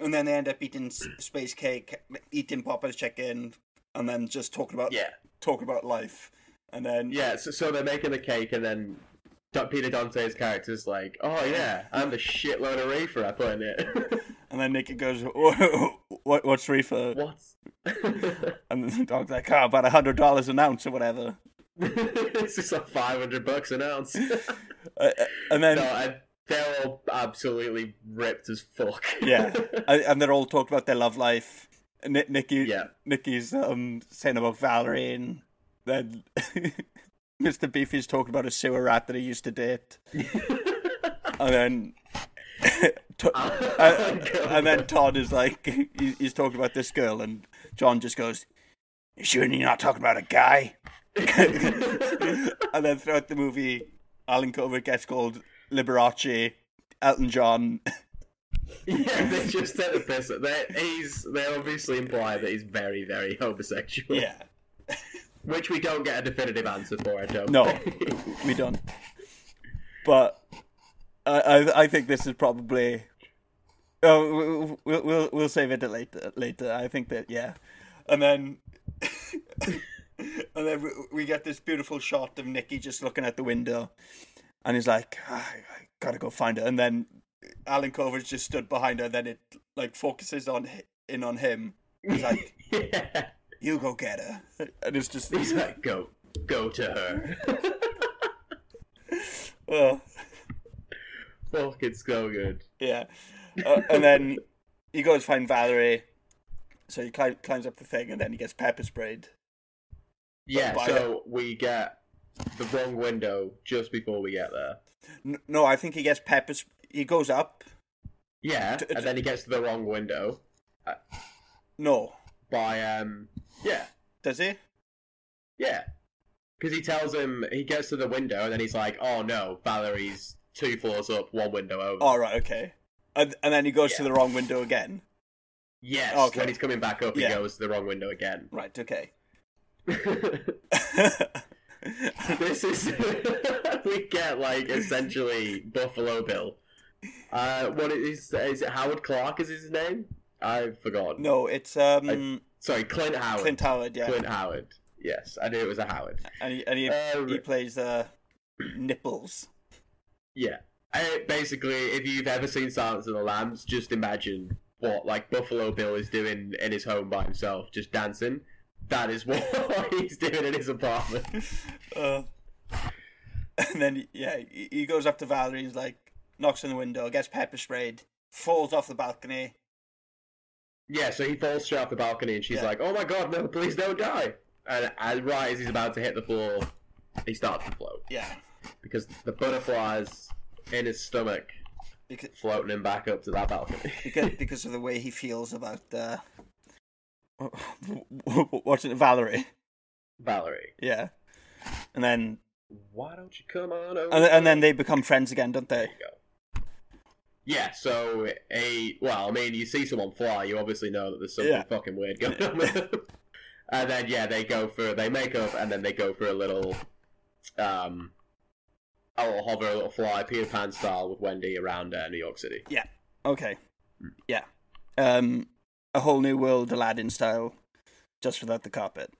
and then they end up eating s- space cake, eating Papa's chicken, and then just talking about yeah, talking about life, and then yeah. So, so they're making the cake and then. Da- Peter Dante's character's like, oh yeah, I'm the shitload of reefer I put in it. and then Nikki goes, "Wha- what what's reefer? What? And the dog's like, oh, about a hundred dollars an ounce or whatever. it's just like five hundred bucks an ounce. Uh, uh, and then no, I, they're all absolutely ripped as fuck. yeah, and and they're all talking about their love life. And Ni- Nikki, Yeah. Nikki's um saying about Valerie, and then Mr. Beefy's talking about a sewer rat that he used to date, and then. To- and, and then Todd is like, he- he's talking about this girl, and John just goes, "You sure you're not talking about a guy?" and then throughout the movie, Alan Covert gets called Liberace, Elton John. yeah, they just take the piss. They he's they obviously imply that he's very very homosexual. Yeah, which we don't get a definitive answer for. I don't. No. think. we done. But I, I I think this is probably Oh, we'll we'll we'll save it later. Later, I think that yeah, and then and then we, we get this beautiful shot of Nikki just looking out the window, and he's like, "Ah, I gotta go find her. And then Alan Cover's just stood behind her. And then it like focuses on hi- in on him. He's like, "You go get her," and it's just he's like, "Go, go to her." oh, Fuck, it's so good. yeah. Uh, and then he goes find Valerie. So he climb, climbs up the thing, and then he gets pepper sprayed. Yeah, By- so we get the wrong window just before we get there. N- No, I think he gets pepper. Sp- he goes up. Yeah, and then he gets to the wrong window. Uh, No, by um, yeah, does he? yeah, because he tells him he gets to the window and then he's like, "Oh no, Valerie's two floors up, one window over." All Oh, right, okay. And, and then he goes to the wrong window again. Yes, Okay. when he's coming back up, he Yeah. goes to the wrong window again. Right, okay. this is we get like essentially Buffalo Bill. Uh, what it is is it Howard Clark is his name? I've forgotten. No, it's um. I- sorry, Clint Howard. Clint Howard, yeah. Clint Howard. Yes, I knew it was a Howard. And he, and he, Um, he plays uh, nipples. Yeah. I, basically, if you've ever seen Silence of the Lambs, just imagine what like Buffalo Bill is doing in his home by himself, just dancing. That is what he's doing in his apartment. Uh, and then yeah, he, he goes up to Valerie. He's like knocks on the window, gets pepper sprayed, falls off the balcony. Yeah, so he falls straight off the balcony, and she's Yeah. like, "Oh my god, no! Please don't die!" And, and right as he's about to hit the floor, he starts to float Yeah, because the butterflies in his stomach because floating him back up to that balcony. because, because of the way he feels about uh, watching Valerie. Valerie, Yeah, and then why don't you come on over? and, and then they become friends again, don't they? yeah, so a well, I mean, you see someone fly, you obviously know that there's something Yeah. fucking weird going on with them. And then yeah, they go for they make up, and then they go for a little, um, a little hover, a little fly, Peter Pan style with Wendy around uh, New York City. Yeah. Okay. Yeah. Um, a whole new world, Aladdin style, just without the carpet.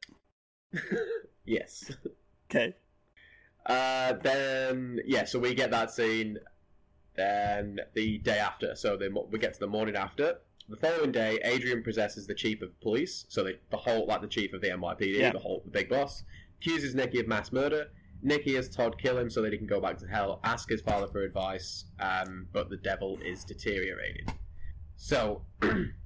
Yes. Okay. Uh, then yeah, so we get that scene. Then the day after, so the, mo- we get to the morning after. The following day, Adrian possesses the chief of police, so the, the whole like the chief of the NYPD, Yeah. the whole the big boss, accuses Nicky of mass murder. Nicky has Todd kill him so that he can go back to hell. Ask his father for advice, um, but the devil is deteriorated. So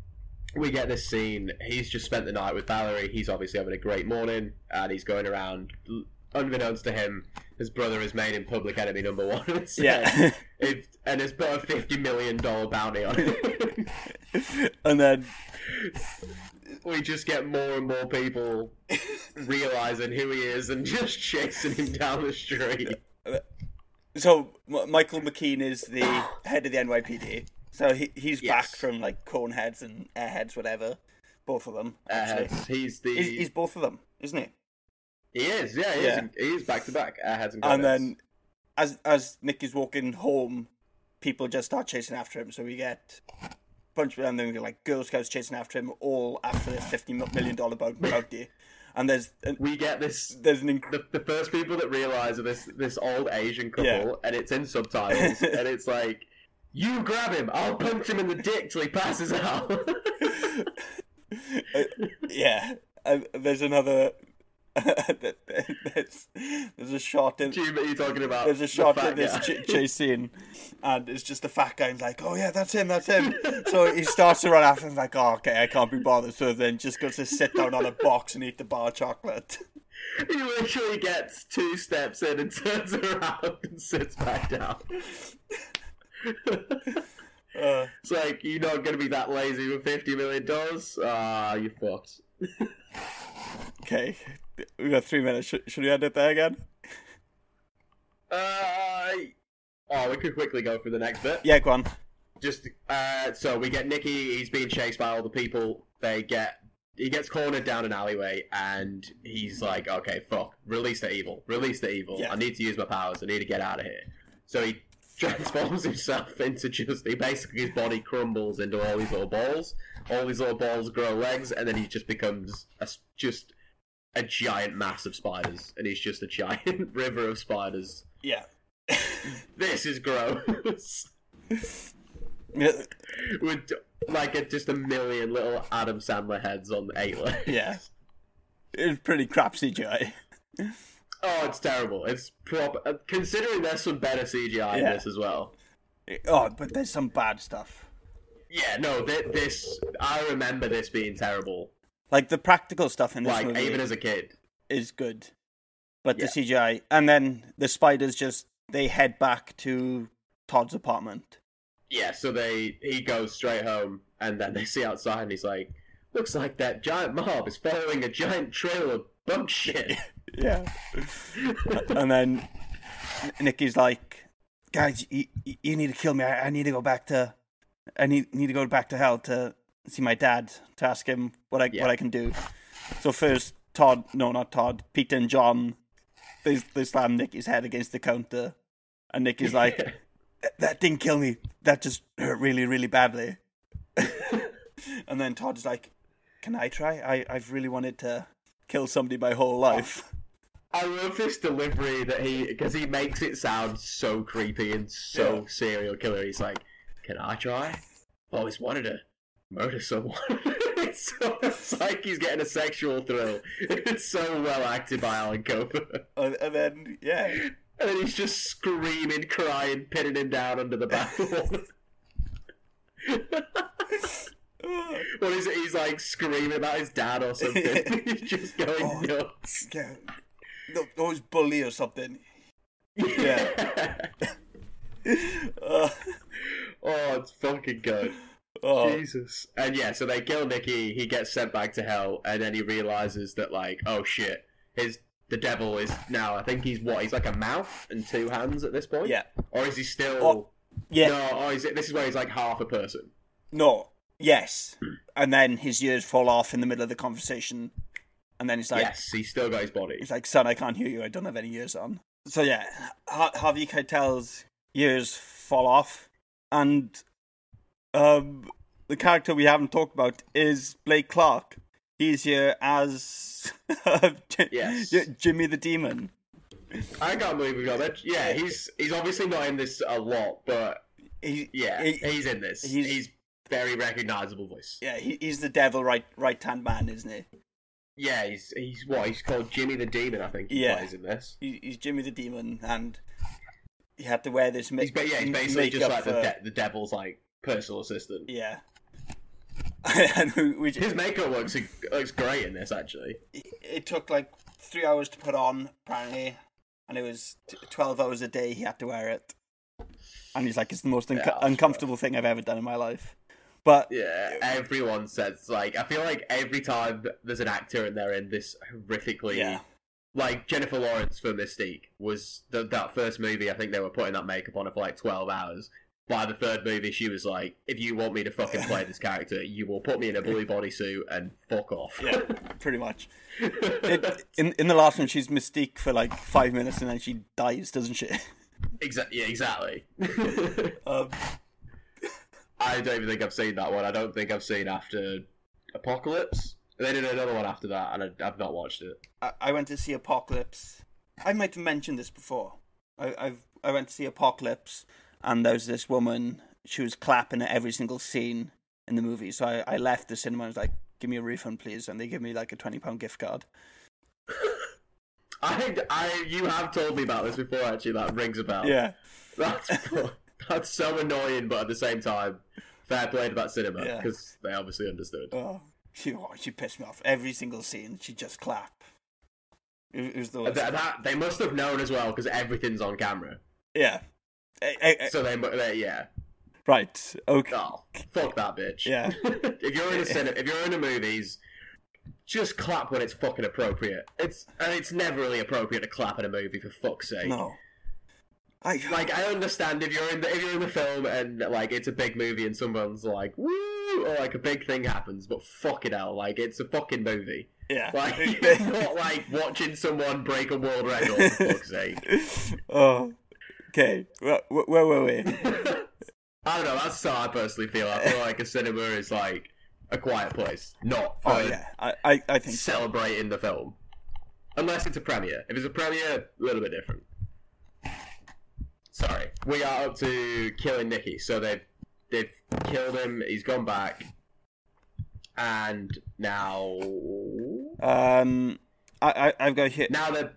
we get this scene. He's just spent the night with Valerie. He's obviously having a great morning, and he's going around. Unbeknownst to him, his brother has made him public enemy number one. and said- Yeah. if, and has put a fifty million dollar bounty on it. and then we just get more and more people realizing who he is and just chasing him down the street. So M- Michael McKean is the head of the NYPD. So he he's back from like Cornheads and Airheads, whatever. Both of them. actually. Airheads. Uh, He's the He's, he's both of them, isn't he? he is yeah he Yeah. is he is back to back uh, airheads and, Godheads. And then as as Nick is walking home, people just start chasing after him. So we get bunch of and then we get like Girl Scouts chasing after him, all after this fifty mil- million dollar bout- bounty. And there's an, we get this there's an inc- the, the first people that realize are this this old Asian couple, Yeah. and it's in subtitles, and it's like, "You grab him, I'll punch him in the dick till he passes out." yeah. And there's another. there's, there's a shot in. Do you you're talking about? There's the a shot fat in this guy? ch- chase scene, and it's just the fat guy. And he's like, "Oh yeah, that's him, that's him." so he starts to run after him. Like, "Oh, okay, I can't be bothered." So then just goes to sit down on a box and eat the bar of chocolate. He literally gets two steps in and turns around and sits back down. Uh, It's like you're not gonna be that lazy with fifty million dollars. Ah, you fucked. okay, we got three minutes. Should, should we end it there again? Uh, oh, we could quickly go through the next bit. Yeah, go on. just uh, so we get Nicky. He's being chased by all the people. They get he gets cornered down an alleyway, and he's like, "Okay, fuck, release the evil, release the evil. Yeah. I need to use my powers. I need to get out of here." So he transforms himself into just he basically his body crumbles into all these little balls. All these little balls grow legs, and then he just becomes a s just a giant mass of spiders, and he's just a giant river of spiders. Yeah. This is gross. Yeah. With like a, just a million little Adam Sandler heads on eight legs. Yeah. It's pretty crap CGI. Oh, it's terrible. It's proper. uh, Considering there's some better CGI in Yeah. this as well. Oh, but there's some bad stuff. Yeah, no, thi- this. I remember this being terrible. Like the practical stuff in this Like, movie even as a kid. is good, but the CGI and then the spiders just they head back to Todd's apartment. Yeah, so they he goes straight home, and then they see outside, and he's like, "Looks like that giant mob is following a giant trail of bug shit." Yeah. and then N- Nikki's like, "Guys, you, you- you need to kill me. I, I need to go back to, I need need to go back to hell to see my dad to ask him what I what I can do." So first, Todd, no, not Todd, Peter and John, they they slam Nikki's head against the counter, and Nikki's like, "That- "That didn't kill me. That just hurt really, really badly." and then Todd's like, "Can I try? I I've really wanted to kill somebody my whole life." I love this delivery that he because he makes it sound so creepy and so Yeah. serial killer. He's like, "Can I try? I've always wanted to murder someone." it's, so, it's like he's getting a sexual thrill. It's so well acted by Alan Cooper. And, and then, yeah. And then he's just screaming, crying, pinning him down under the bathroom. what is it? He's like screaming about his dad or something. he's just going nuts. Yeah. No, always bully or something. Yeah. Oh, it's fucking good. Oh, Jesus. And yeah, so they kill Nicky, he gets sent back to hell, and then he realizes that like, oh shit, his the devil is now I think he's what, he's like a mouth and two hands at this point? Yeah. Or is he still yeah. No, oh is it this is where he's like half a person. no. Yes. And then his ears fall off in the middle of the conversation. And then he's like, yes, he's still got his body. he's like, son, I can't hear you. I don't have any ears on. So yeah, Ha- Harvey Keitel's ears fall off. And um, the character we haven't talked about is Blake Clark. He's here as Ji- Yes. Jimmy the Demon. I can't believe we got that. Yeah, he's he's obviously not in this a lot, but He, yeah, he- he's in this. he's- He's, very recognizable voice. Yeah, he, he's the devil right right hand man, isn't he? Yeah, he's he's what he's called Jimmy the Demon, I think. He Yeah. plays in this. he? He's Jimmy the demon, and he had to wear this ma- He's, ba- yeah, he's basically just makeup like the, for- de- the devil's like personal assistant. yeah. and we, we His just, makeup looks looks great in this actually. it took like three hours to put on apparently, and it was t- twelve hours a day he had to wear it. And he's like, it's the most unco- Yeah, that's uncomfortable thing I've ever done in my life. But Yeah, everyone says like I feel like every time there's an actor and they're in this horrifically Yeah. like Jennifer Lawrence for Mystique was th that first movie. I think they were putting that makeup on her for like twelve hours. By the third movie, she was like, "If you want me to fucking play this character, you will put me in a blue bodysuit and fuck off." yeah, pretty much. It, in in the last one, she's Mystique for like five minutes, and then she dies, doesn't she? Exa- yeah, exactly. Um, I don't even think I've seen that one. I don't think I've seen after Apocalypse. They did another one after that, and I, I've not watched it. I, I went to see Apocalypse. I might have mentioned this before. I, I've I went to see Apocalypse, and there was this woman. She was clapping at every single scene in the movie. So I, I left the cinema. and was like, "Give me a refund, please," and they give me like a twenty pound gift card. I think I you have told me about this before. Actually, that rings a bell. Yeah, that's that's so annoying, but at the same time, fair play to that cinema Yeah. because they obviously understood. oh, she oh, she pissed me off. Every single scene, she just clap. It, it was the Th- worst. That, they must have known as well because everything's on camera. yeah. Eh, eh, eh, So they, mu- they yeah. right. Okay. Oh, fuck that bitch. Yeah. if you're in a cinema, if you're in a movies, just clap when it's fucking appropriate. It's and it's never really appropriate to clap in a movie for fuck's sake. No. I Like I understand if you're in the if you're in the film and like it's a big movie and someone's like woo or like a big thing happens, but fuck it hell, like it's a fucking movie. yeah. Like it's not like watching someone break a world record for fuck's sake. oh. Okay, where, where were we? I don't know. That's how I personally feel. I feel like a cinema is like a quiet place, not for Oh yeah, I, I, I think so. celebrating the film, unless it's a premiere. If it's a premiere, a little bit different. Sorry, we are up to killing Nicky. So they've they've killed him. He's gone back, and now Um, I, I I've got here. now they're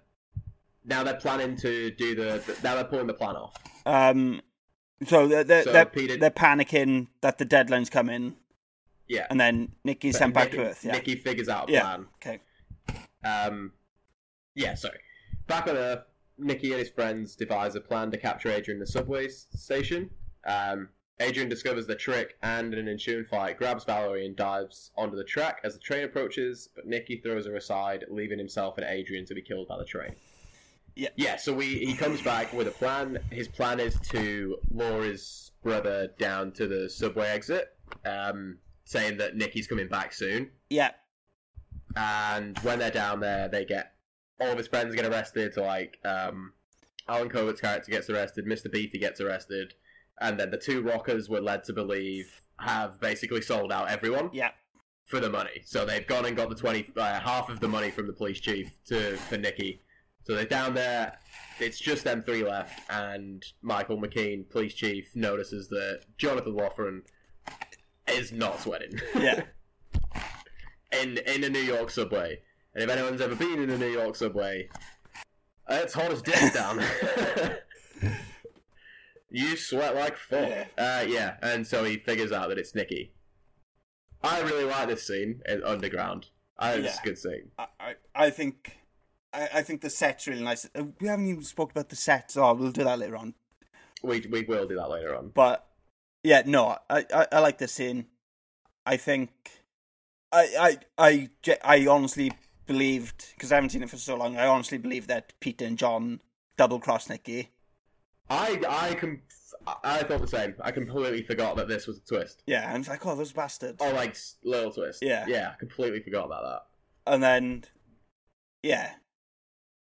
now they're planning to do the now they're pulling the plan off. Um, so they're they're, So they're, Peter- they're panicking that the deadline's coming, Yeah, and then Nikki's But sent back Nicky- to Earth. Yeah. Nicky figures out a yeah. plan. Okay. Um, yeah, sorry. Back on Earth, Nicky and his friends devise a plan to capture Adrian in the subway s- station. Um, Adrian discovers the trick and, in an ensuing fight, grabs Valerie and dives onto the track as the train approaches, but Nicky throws her aside, leaving himself and Adrian to be killed by the train. Yeah. Yeah, so we, he comes back with a plan. His plan is to lure his brother down to the subway exit, um, saying that Nicky's coming back soon Yeah. and when they're down there, they get all of his friends get arrested. So like, um, Alan Covert's character gets arrested, Mr. Beefy gets arrested, and then the two rockers were led to believe have basically sold out everyone Yeah. for the money. So they've gone and got the twenty uh, half of the money from the police chief to for Nicky. So they're down there. It's just them three left, and Michael McKean, police chief, notices that Jonathan Loughran is not sweating Yeah. in in a New York subway. And if anyone's ever been in a New York subway, it's hot as death down. there. you sweat like fuck. Uh, yeah, and so he figures out that it's Nicky. I really like this scene in Underground. I think it's a Yeah. good scene. I, I, I think I, I think the set's really nice. Uh, We haven't even spoke about the sets. Oh, we'll do that later on. We we will do that later on. But yeah, no, I, I, I like this scene. I think I I I ge- I honestly believed because I haven't seen it for so long. I honestly believed that Peter and John double crossed Nicky. I I com- I thought the same. I completely forgot that this was a twist. Yeah, and it's like, oh, those bastards. Oh, like s- little twist. Yeah. yeah. I Completely forgot about that. And then, yeah,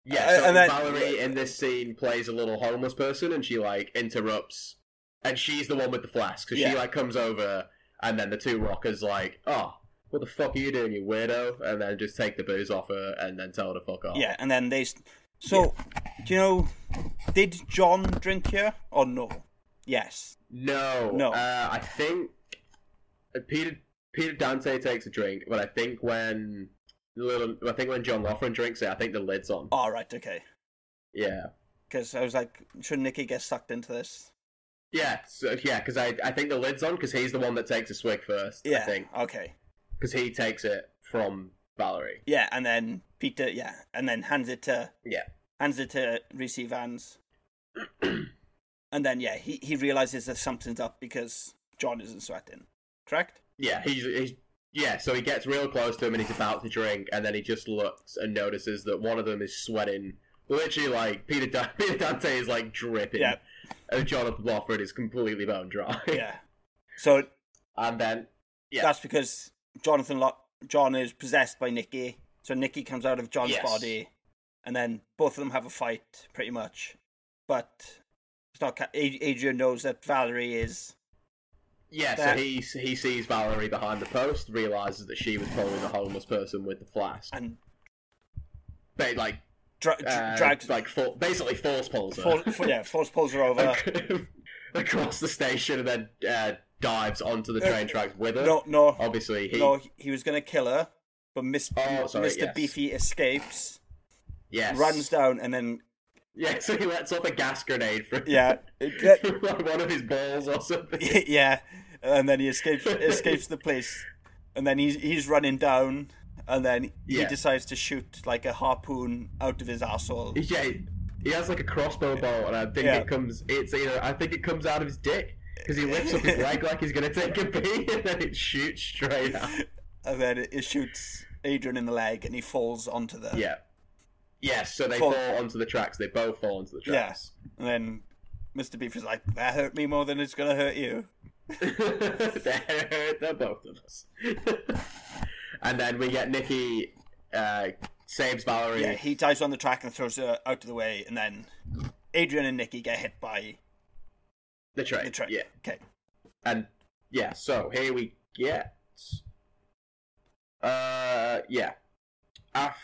Yeah, Uh, so and then- Valerie in this scene plays a little homeless person, and she like interrupts, and she's the one with the flask. So Yeah. she like comes over, and then the two rockers like, "Oh, what the fuck are you doing, you weirdo?" And then just take the booze off her, and then tell her to fuck off. yeah, and then they. s- So, do you know? Did John drink here or no? Yes. No, No. Uh, I think uh, Peter Peter Dante takes a drink, but I think when little, I think when John Loughran drinks it, I think the lid's on. All right. Okay. Yeah. Because I was like, should Nikki get sucked into this? Yeah, so, yeah, because I, I think the lid's on because he's the one that takes a swig first. I Yeah. think. Okay. because he takes it from Valerie. Yeah, and then Peter. Yeah, and then hands it to Yeah, hands it to Reese Vans. and then yeah, he he realizes that something's up because John isn't sweating. Correct. yeah, he's, he's yeah. So he gets real close to him and he's about to drink, and then he just looks and notices that one of them is sweating. Literally, like Peter, Dan- Peter Dante is like dripping, Yeah. and Jonathan Lawford is completely bone dry. Yeah. So and then yeah, that's because Jonathan Lo- John is possessed by Nikki. So Nikki comes out of John's Yes. body, and then both of them have a fight, pretty much. But it's not. Ca- Ad- Adrian knows that Valerie is. yeah. that- So he he sees Valerie behind the post, realizes that she was probably the homeless person with the flask, and but like dra- dra- uh, drags like for, basically force pulls her. for, for- yeah, force pulls her over. across the station and then uh, dives onto the train tracks with her. Uh, No, no, Obviously, he. no. He was gonna kill her, but Miss, Oh, sorry, Mr. yes. Beefy escapes, yes. runs down, and then Yeah, so he lets off a gas grenade from, yeah, from one of his balls or something. yeah, and then he escapes escapes the place, and then he's he's running down, and then he Yeah. decides to shoot like a harpoon out of his asshole. Yeah, he has like a crossbow bolt, and I think Yeah. it comes. It's you know, I think it comes out of his dick because he lifts up his leg like he's gonna take a pee, and then it shoots straight out. And then it, it shoots Adrian in the leg, and he falls onto the Yeah. Yes, so they Fall- fall. onto the tracks. They both fall onto the Yeah. tracks. And then Mr. Beef is like, "That hurt me more than it's gonna hurt you." they're, they're both of us. and then we get Nikki uh, saves Valerie. Yeah, he dives on the track and throws her out of the way, and then Adrian and Nikki get hit by the train. the train. Yeah. Okay. And yeah, so here we get. Uh, yeah. Af-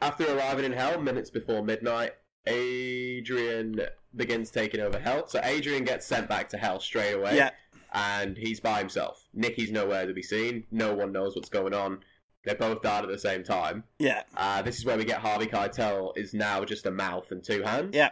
after arriving in Hell, minutes before midnight, Adrian begins taking over Hell. So Adrian gets sent back to Hell straight away. Yeah. And he's by himself. Nikki's nowhere to be seen. No one knows what's going on. They both died at the same time. Yeah. Uh, this is where we get Harvey Keitel is now just a mouth and two hands. Yeah.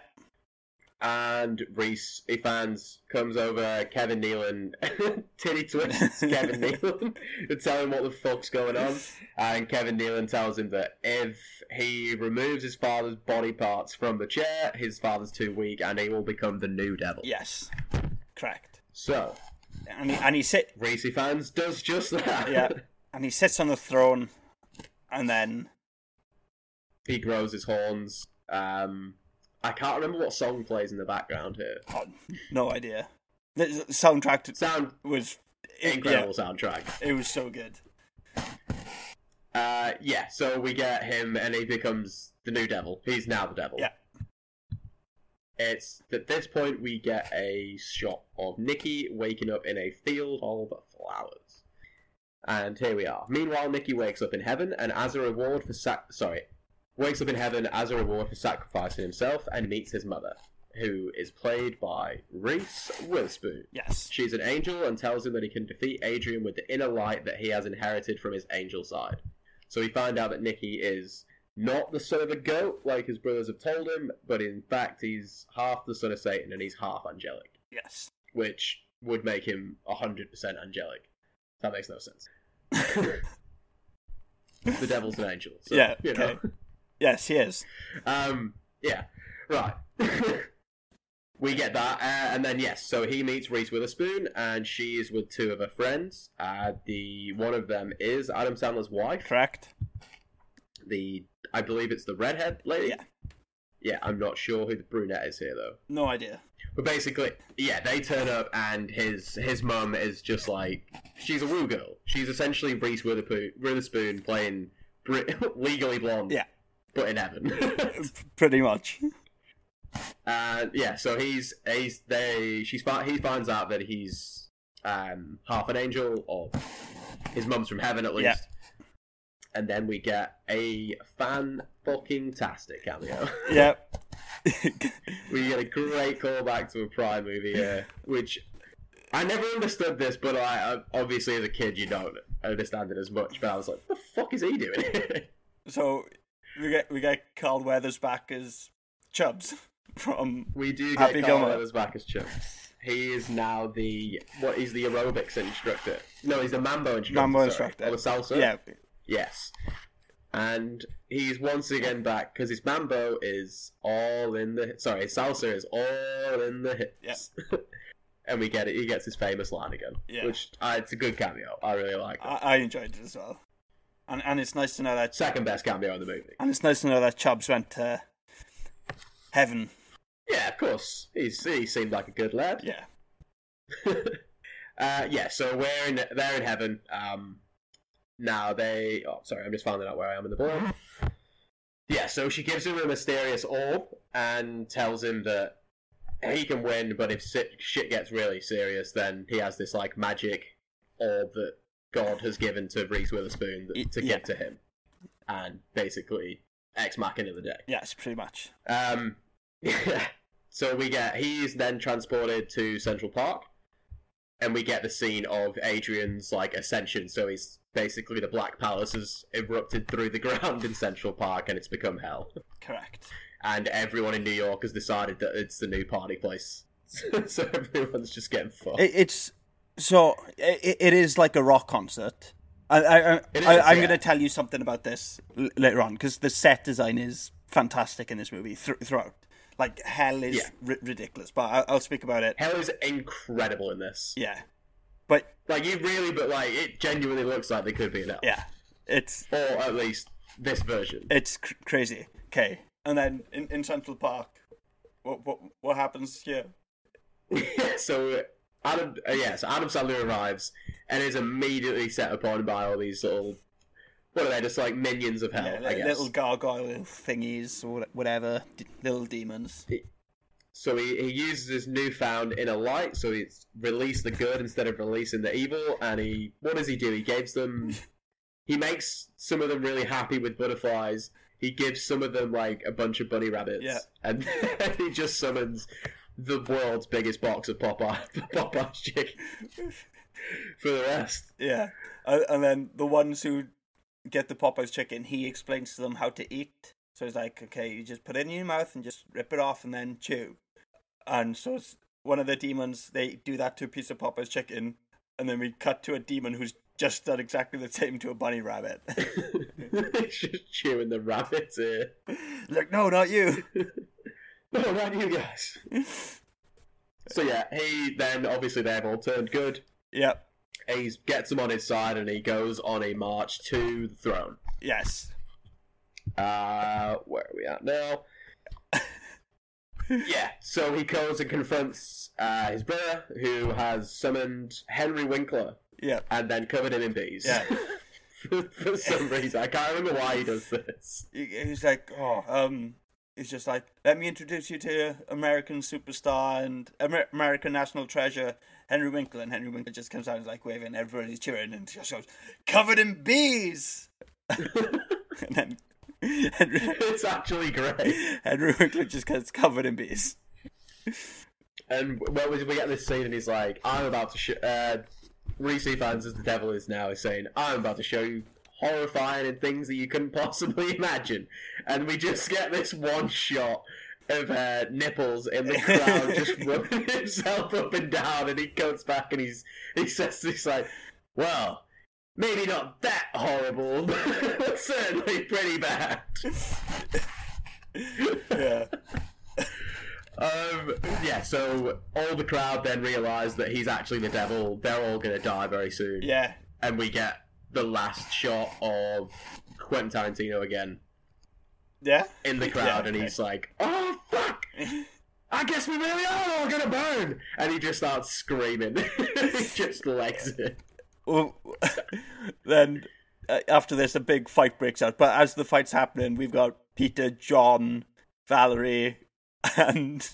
And Reese Ifans comes over, Kevin Nealon, titty twists Kevin Nealon to tell him what the fuck's going on. And Kevin Nealon tells him that if he removes his father's body parts from the chair, his father's too weak and he will become the new devil. Yes. Correct. So, And he, and he sit. Reese Ifans does just that. Yeah. And he sits on the throne, and then he grows his horns. Um, I can't remember what song plays in the background here. oh, no idea. The the soundtrack to, Sound was it- incredible yeah, soundtrack. It was so good. Uh, yeah, so we get him and he becomes the new devil. He's now the devil. Yeah. It's at this point we get a shot of Nikki waking up in a field of flowers. And here we are. Meanwhile, Nikki wakes up in heaven and as a reward for sac- sorry, wakes up in heaven as a reward for sacrificing himself and meets his mother, who is played by Reese Witherspoon. Yes. She's an angel and tells him that he can defeat Adrian with the inner light that he has inherited from his angel side. So we find out that Nikki is not the son of a goat, like his brothers have told him, but in fact he's half the son of Satan and he's half angelic, Yes. which would make him 100% angelic. That makes no sense. the devil's an angel. So, yeah. You know. okay. Yes, he is. Um, yeah, right. we get that, uh, and then yes, so he meets Reese Witherspoon, and she is with two of her friends. Uh, the one of them is Adam Sandler's wife. Correct. The I believe it's the redhead lady. Yeah. Yeah, I'm not sure who the brunette is here though. No idea. But basically, yeah, they turn up, and his his mum is just like she's a woo girl. She's essentially Reese Witherspoon, Witherspoon playing Bri- legally blonde. Yeah. but in heaven. Pretty much. Uh, yeah, so he's he's they she's fi- he finds out that he's um half an angel or his mum's from heaven at least. Yeah. And then we get a fan fucking tastic cameo. Yep. we get a great callback to a Prime movie here, which I never understood this, but I I- obviously as a kid you don't understand it as much. But I was like, what the fuck is he doing? here?" So we get we get Carl Weathers back as Chubbs from We do Happy get Gilmore. Carl Weathers back as Chumps. He is now the what? He's the aerobics instructor. No, he's the mambo instructor. Mambo sorry. instructor. Or the salsa. Yeah. Yes. And he's once again back because his mambo is all in the. Sorry, his salsa is all in the hips. and we get it. He gets his famous line again, Yeah. Uh, which uh, it's a good cameo. I really like it. I, I enjoyed it as well. And and it's nice to know that Second best cameo in the movie. and it's nice to know that Chubbs went to heaven. Yeah, of course. He's, he seemed like a good lad. Yeah. Uh, yeah, so we're in they're in heaven. Um, now they. Oh, sorry, I'm just finding out where I am in the book. Yeah, so she gives him a mysterious orb and tells him that he can win, but if si- shit gets really serious, then he has this like magic orb that God has given to Reese Witherspoon that, to Yeah. give to him, and basically ex machina the day. Yes, pretty much. Um, so we get he's then transported to Central Park, and we get the scene of Adrian's like ascension. So he's basically the Black Palace has erupted through the ground in Central Park, and it's become hell. Correct. And everyone in New York has decided that it's the new party place. so everyone's just getting fucked. It, it's so it, it is like a rock concert. I, I, I, It I is, I'm yeah. going to tell you something about this l- later on because the set design is fantastic in this movie thr throughout. Like hell is Yeah. ri- ridiculous, but I, I'll speak about it. hell is incredible in this. Yeah, but Like you really, but like it genuinely looks like they could be in hell, yeah, it's or at least this version. it's cr- crazy. Okay, and then in, in Central Park, what what what happens here? so Adam, uh, yeah, so Adam Sandler arrives and is immediately set upon by all these little, what are they? Just like minions of hell, Yeah, I li- guess. little gargoyle thingies or wha- whatever, d- little demons. So he, he uses his newfound inner light, so he's released the good instead of releasing the evil. And he, what does he do? He gives them, he makes some of them really happy with butterflies. He gives some of them like a bunch of bunny rabbits, Yeah. and he just summons the world's biggest box of Popeye Popeye's chicken for the rest. Yeah, and, and then the ones who get the Popeye's chicken, he explains to them how to eat. So he's like, okay, you just put it in your mouth and just rip it off and then chew. And so it's one of the demons. They do that to a piece of Popeye's chicken, and then we cut to a demon who's just done exactly the same to a bunny rabbit. just chewing the rabbit's ear. like, no, not you. No, not you guys. So yeah, he then obviously they've all turned good. Yep. He gets them on his side and he goes on a march to the throne. Yes. Uh, where are we at now? yeah, so he goes and confronts uh, his brother, who has summoned Henry Winkler. Yeah. And then covered him in bees. Yeah. for, for some reason, I can't remember why he does this. He- He's like, oh, um, he's just like, let me introduce you to American superstar and Amer- American national treasure, Henry Winkler. And Henry Winkler just comes out and is like waving, everybody's cheering, and just goes, covered in bees. and then Henry, it's actually great. Henry Winkler just gets covered in bees. And well, we we get this scene, and he's like, "I'm about to show." Uh, Reese fans, as the devil is now, is saying, "I'm about to show you horrifying and things that you couldn't possibly imagine." And we just get this one shot of uh, nipples in the crowd, just rubbing himself up and down, and he comes back and he's he says, "He's like, well." Maybe not that horrible, but certainly pretty bad. Yeah. Um, yeah, so all the crowd then realise that he's actually the devil. They're all going to die very soon. Yeah. And we get the last shot of Quentin Tarantino again Yeah. in the crowd, and he's like, oh, fuck! I guess we really are all going to burn! And he just starts screaming. he just legs it. Well, then uh, after this, a big fight breaks out. But as the fight's happening, we've got Peter, John, Valerie, and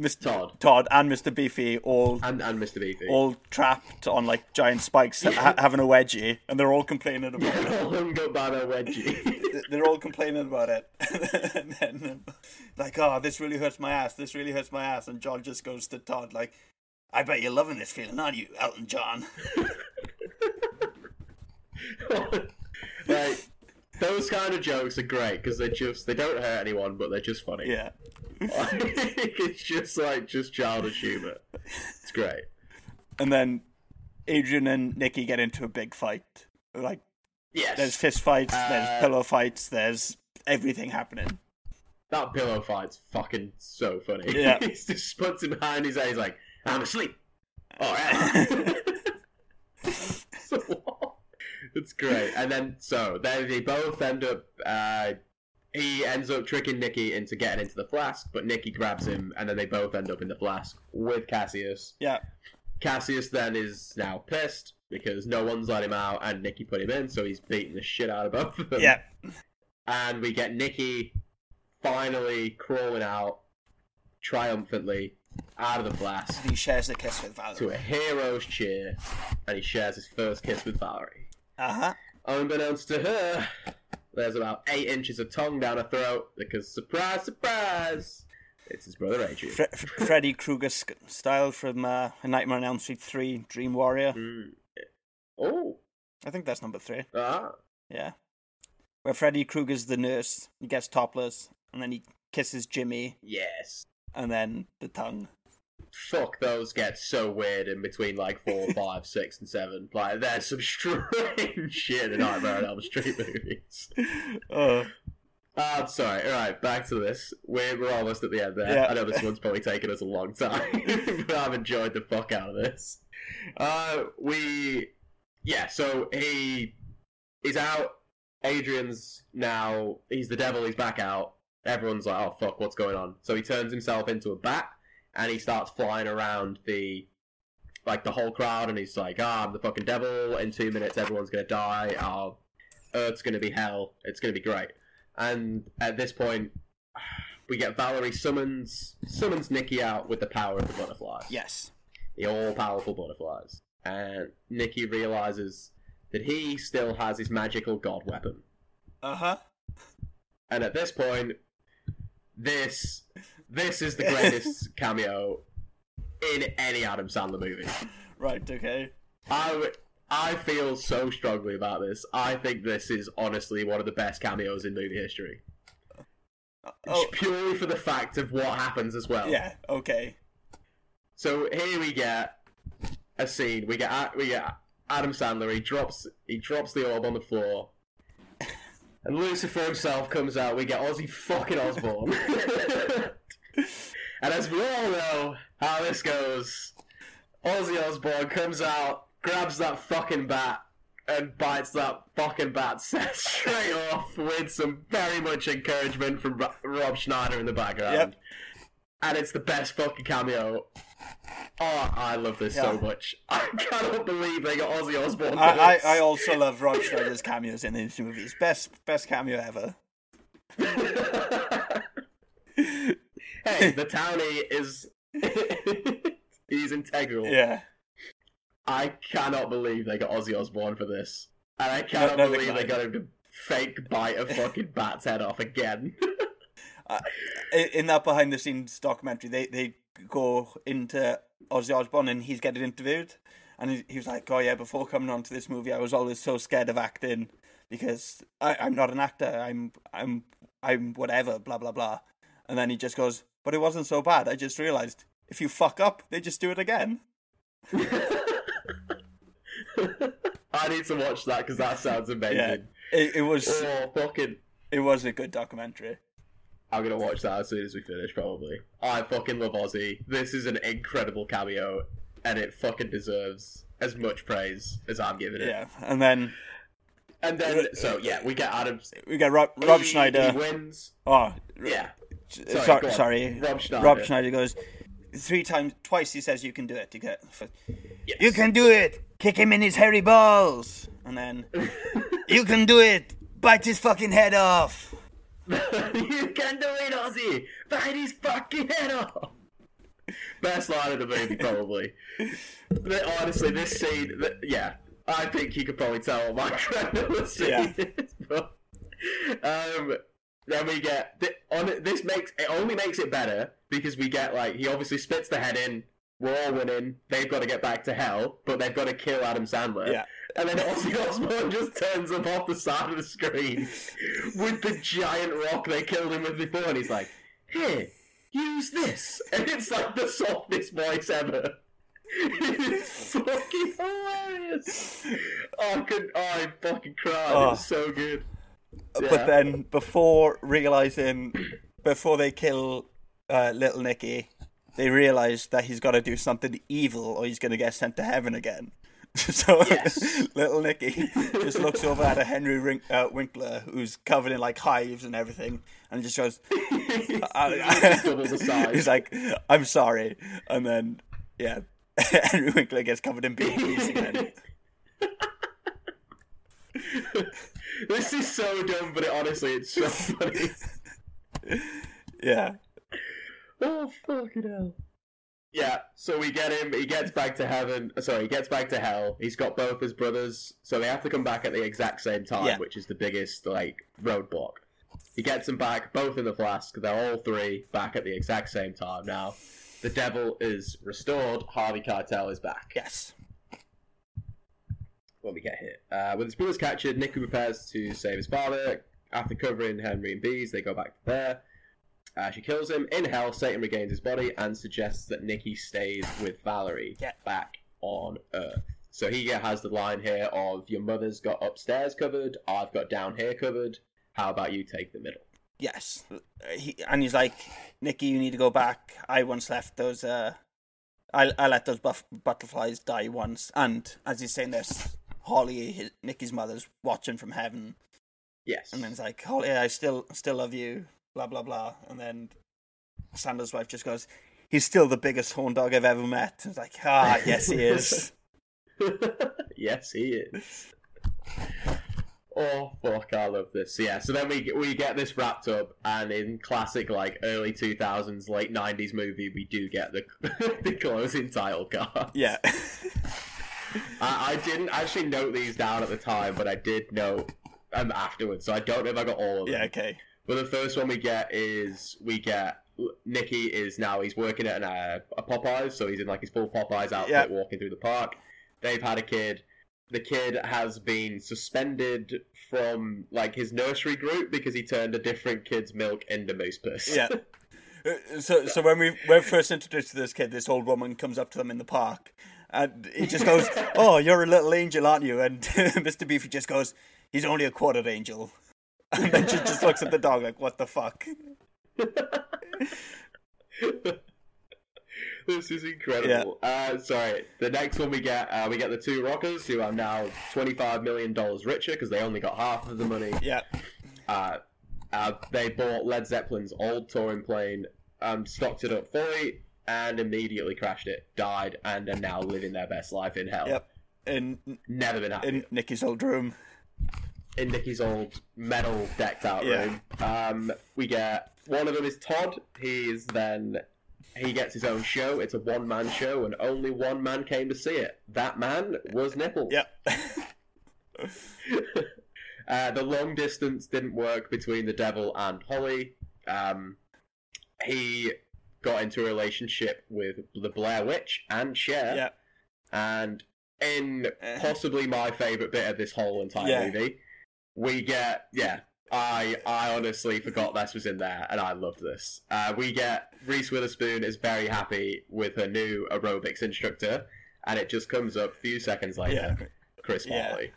Mr. Todd. Todd and Mr. Beefy all And, and Mr. Beefy. all trapped on like giant spikes, ha- ha- having a wedgie, and they're all complaining about it. all hung up by their wedgie. They're all complaining about it, and then um, like, oh, this really hurts my ass. This really hurts my ass. And John just goes to Todd like, I bet you're loving this feeling, aren't you, Elton John? like, those kind of jokes are great because they just they don't hurt anyone, but they're just funny. Yeah. it's just like just childish humor. It's great. and then Adrian and Nikki get into a big fight. Like, Yes. there's fist fights, Uh, there's pillow fights, there's everything happening. That pillow fight's fucking so funny. Yeah. he just puts him behind his head. He's like, "I'm asleep." All right. so, what? it's great. And then so then they both end up. Uh, he ends up tricking Nikki into getting into the flask, but Nikki grabs him, and then they both end up in the flask with Cassius. Yeah, Cassius then is now pissed because no one's let him out, and Nikki put him in, so he's beating the shit out of both of them. yeah, and we get Nikki finally crawling out triumphantly out of the blast and he shares the kiss with to a Valerie. hero's cheer, and he shares his first kiss with Valerie. Uh huh. Unbeknownst to her, there's about eight inches of tongue down her throat because surprise, surprise, it's his brother Adrian. Fre- F- Freddy Krueger sc- style from uh, A Nightmare on Elm Street 3, Dream Warrior. Mm. Oh, I think that's number three. ah, Yeah. Where Freddy Krueger's the nurse, he gets topless, and then he kisses Jimmy, yes. and then the tongue. Fuck, those get so weird in between like four, five, six, and seven. Like, there's some strange shit in Nightmare on Elm Street movies. Uh. Oh, Ah, sorry. All right, back to this. We're, we're almost at the end there. Yeah. I know this one's probably taken us a long time, but I've enjoyed the fuck out of this. Uh, we, yeah. So he is out. Adrian's now. He's the devil. He's back out. Everyone's like, "Oh fuck, what's going on?" So he turns himself into a bat and he starts flying around the like the whole crowd, and he's like, "Ah, I'm the fucking devil. In two minutes, everyone's gonna die. Oh, Earth's gonna be hell. It's gonna be great." And at this point, we get Valerie summons summons Nikki out with the power of the butterflies. Yes, the all powerful butterflies, and Nikki realizes that he still has his magical god weapon. Uh huh. And at this point, this this is the greatest cameo in any Adam Sandler movie. Right. Okay. I w- I feel so strongly about this. I think this is honestly one of the best cameos in movie history. Oh. Just purely for the fact of what happens as well. Yeah. Okay. So here we get a scene. We get A- we get Adam Sandler. He drops he drops the orb on the floor, and Lucifer himself comes out. We get Ozzy fucking Osbourne. and as we all know how this goes, Ozzy Osbourne comes out, grabs that fucking bat, and bites that fucking bat set straight off with some very much encouragement from Ro- Rob Schneider in the background. Yep. And it's the best fucking cameo. Oh, I love this so Yeah. much. I cannot believe they got Ozzy Osbourne. for I, this. I, I also love Rob Schneider's cameos in these movies. Best best cameo ever. hey, the townie is he's integral. Yeah. I cannot believe they got Ozzy Osbourne for this, and I cannot no, they believe they can't. got him to fake bite a fucking bat's head off again. I- In that behind the scenes documentary, they they go into Ozzy Osbourne and he's getting interviewed, and he, he was like, "Oh yeah, before coming on to this movie, I was always so scared of acting because I, I'm not an actor. I'm I'm I'm whatever. Blah blah blah." And then he just goes, "But it wasn't so bad. I just realized if you fuck up, they just do it again." I need to watch that because that sounds amazing. Yeah, it, it was Oh fucking! it was a good documentary. I'm gonna watch that as soon as we finish. Probably. I fucking love Ozzy. This is an incredible cameo, and it fucking deserves as much praise as I'm giving it. Yeah, and then And then, so yeah, we get Adams. we got Rob, Rob He- Schneider. He wins. Oh, Yeah. sorry, go sorry, on. Rob Schneider. Rob Schneider goes three times, twice. He says, "You can do it." You get, Yes. you can do it. Kick him in his hairy balls, and then you can do it. Bite his fucking head off. you can do it, Ozzy! Bite his fucking head off! Best line of the movie, probably. But honestly, this scene, th- yeah, I think you could probably tell my credible scene. Yeah. is, but, um, then we get th- on. This makes it only makes it better because we get like he obviously spits the head in. We're all winning. They've got to get back to hell, but they've got to kill Adam Sandler. Yeah. And then Ozzy Osbourne just turns up off the side of the screen with the giant rock they killed him with before, and he's like, "Here, use this," and it's like the softest voice ever. it's fucking hilarious. Oh, I could, I fucking cried. It was so good. Yeah. Oh. But then, before realizing, before they kill uh, little Nicky, they realize that he's got to do something evil, or he's going to get sent to heaven again. So Yes. little Nicky just looks over at a Henry Wink- uh, Winkler who's covered in like hives and everything, and just goes, I- Double the size. "He's like, I'm sorry," and then yeah, Henry Winkler gets covered in bees again. This is so dumb, but it, honestly, it's so funny. Yeah, oh fucking hell. Yeah, so we get him. He gets back to heaven. uh, Sorry, he gets back to hell. He's got both his brothers, so they have to come back at the exact same time, Yeah. which is the biggest like roadblock. He gets them back, both in the flask. They're all three back at the exact same time now. The devil is restored. Harvey Cartel is back. yes, when we get hit. Uh, with his brothers captured, Nicky prepares to save his father. After covering Henry and Bees, they go back there. Uh, she kills him. In hell, Satan regains his body and suggests that Nicky stays with Valerie Yeah. back on Earth. So he uh, has the line here of "Your mother's got upstairs covered, I've got down here covered. How about you take the middle?" yes. He, and he's like, Nikki, you need to go back. I once left those. Uh, I I let those buff- butterflies die once. And as he's saying this, Holly, his, Nikki's mother's watching from heaven, Yes. and then it's like, Holly, I still still love you. Blah blah blah. And then Sanders' wife just goes, He's still the biggest horn dog I've ever met. It's like, ah, yes, he is. yes, he is. Oh fuck! I love this. So, yeah. So then we we get this wrapped up, and in classic like early two thousands, late nineties movie, we do get the the closing title card. Yeah. I, I didn't actually note these down at the time, but I did note um, afterwards. So I don't know if I got all of them. Yeah, okay. But the first one we get is we get Nicky is now he's working at an, uh, a Popeyes, so he's in like his full Popeyes outfit, Yeah. walking through the park. They've had a kid. The kid has been suspended from like his nursery group because he turned a different kid's milk into moose piss. Yeah. Uh, So, so when we we're first introduced to this kid, this old woman comes up to them in the park, and he just goes, "Oh, you're a little angel, aren't you?" And Mr. Beefy just goes, "He's only a quarter angel," and then she just looks at the dog like, "What the fuck?" this is incredible. Uh, sorry. The next one we get, uh, we get the two rockers who are now twenty-five million dollars richer because they only got half of the money. Yeah. Uh, uh, they bought Led Zeppelin's old touring plane, um, stocked it up fully, and immediately crashed it, died, and are now living their best life in hell. Yep. In Never been happier. in Nicky's old room. in Nicky's old metal decked out Yeah. room. Um, we get one of them is Todd. He's then he gets his own show. It's a one man show, and only one man came to see it. That man was Nipple. Yep. uh, the long distance didn't work between the devil and Holly. Um, he got into a relationship with the Blair Witch and Cher. Yep. And in possibly my favourite bit of this whole entire Uh-huh. Yeah. movie, we get yeah. I I honestly forgot this was in there, and I love this. Uh, we get Reese Witherspoon is very happy with her new aerobics instructor, and it just comes up a few seconds later. Chris Yeah. Farley.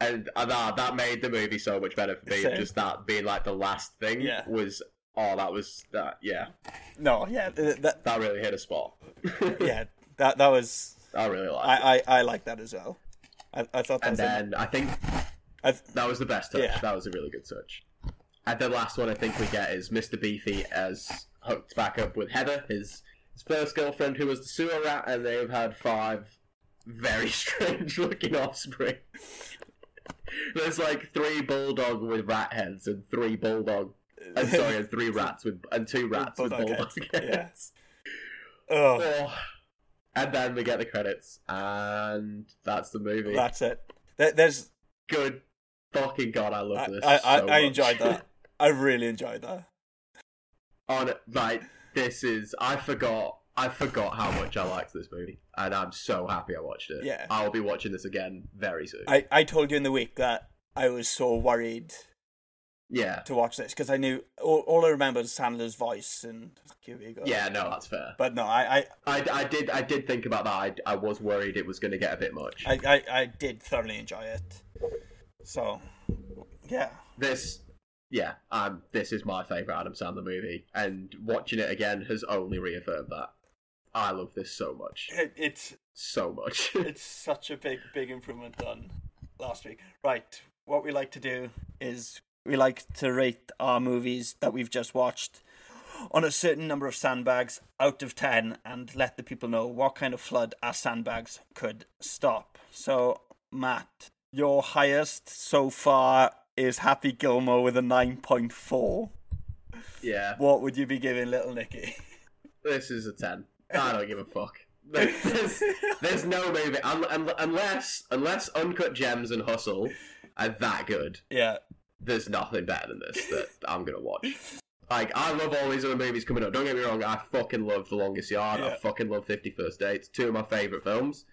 And uh, that that made the movie so much better for me. Same. Just that being like the last thing Yeah. was oh that was that yeah No, yeah, th- that that really hit a spot. yeah, that that was. I really like. I I, I like that as well. I, I thought that and was a- then I think that was the best touch. Yeah. That was a really good touch. And the last one I think we get is Mr. Beefy as hooked back up with Heather, his his first girlfriend who was the sewer rat, and they've had five very strange looking offspring. There's like three bulldog with rat heads and three bulldog. I'm sorry, and three rats with and two rats with Bulldog bulldog heads, heads. yeah. oh, Oh. And then we get the credits, and that's the movie. that's it. There, there's Good fucking god, I love I this. I, I, so I much. enjoyed that. I really enjoyed that. On like this is I forgot I forgot how much I liked this movie, and I'm so happy I watched it. Yeah. I'll be watching this again very soon. I, I told you in the week that I was so worried yeah, to watch this because I knew all, all I remember is Sandler's voice and here we go. yeah, no, that's fair. But no, I I, I, I did I did think about that. I, I was worried it was going to get a bit much. I, I, I did thoroughly enjoy it. So, yeah, this yeah um this is my favorite adam sandler movie and watching it again has only reaffirmed that i love this so much It, it's so much it's such a big big improvement on last week. Right, what we like to do is we like to rate our movies that we've just watched on a certain number of sandbags out of 10 and let the people know what kind of flood our sandbags could stop. So, Matt, your highest so far is Happy Gilmore with a 9.4. yeah What would you be giving Little Nicky? this is a 10 i don't give a fuck there's, there's no movie un- un- unless unless uncut gems and hustle are that good Yeah. there's nothing better than this that i'm gonna watch like i love all these other movies coming up don't get me wrong i fucking love the longest yard i Yeah. fucking love 51st dates two of my favorite films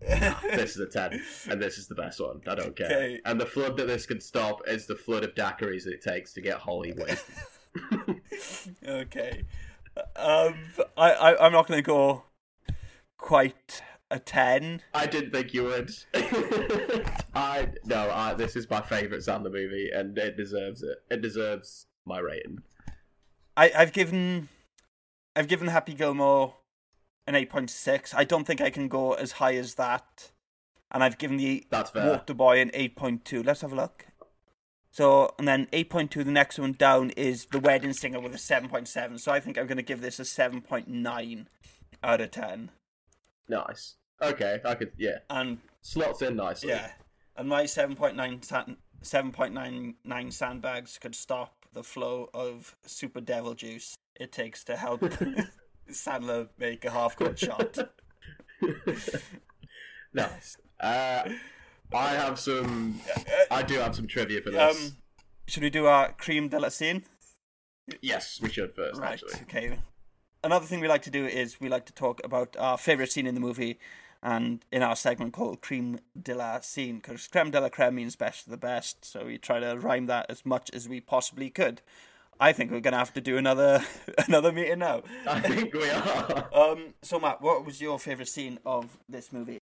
this is a 10 and this is the best one i don't care Okay. and the flood that this could stop is the flood of daiquiris that it takes to get holly wasted Okay. Um, I, I, I'm not going to go quite a 10. i didn't think you would i no I, this is my favorite sandler movie and it deserves it it deserves my rating I, I've given I've given Happy Gilmore an eight point six. I don't think I can go as high as that. And I've given the That's fair. Walker Boy an eight point two. Let's have a look. So and then eight point two, the next one down is the Wedding Singer with a seven point seven. So I think I'm gonna give this a seven point nine out of ten. nice okay i could yeah And slots in nicely yeah. And my 7.9 sand, 7.99 sandbags could stop the flow of super devil juice it takes to help Sandler make a half court shot. nice. Uh, I have some. I do have some trivia for this. uh, Um, should we do our cream de la scene? yes, we should first. Right. Actually. Okay. Another thing we like to do is we like to talk about our favorite scene in the movie, and in our segment called "Cream de la Scene," because "creme de la creme" means best of the best. So we try to rhyme that as much as we possibly could. I think we're gonna have to do another another meeting now. I think we are. Um. So Matt, what was your favorite scene of this movie?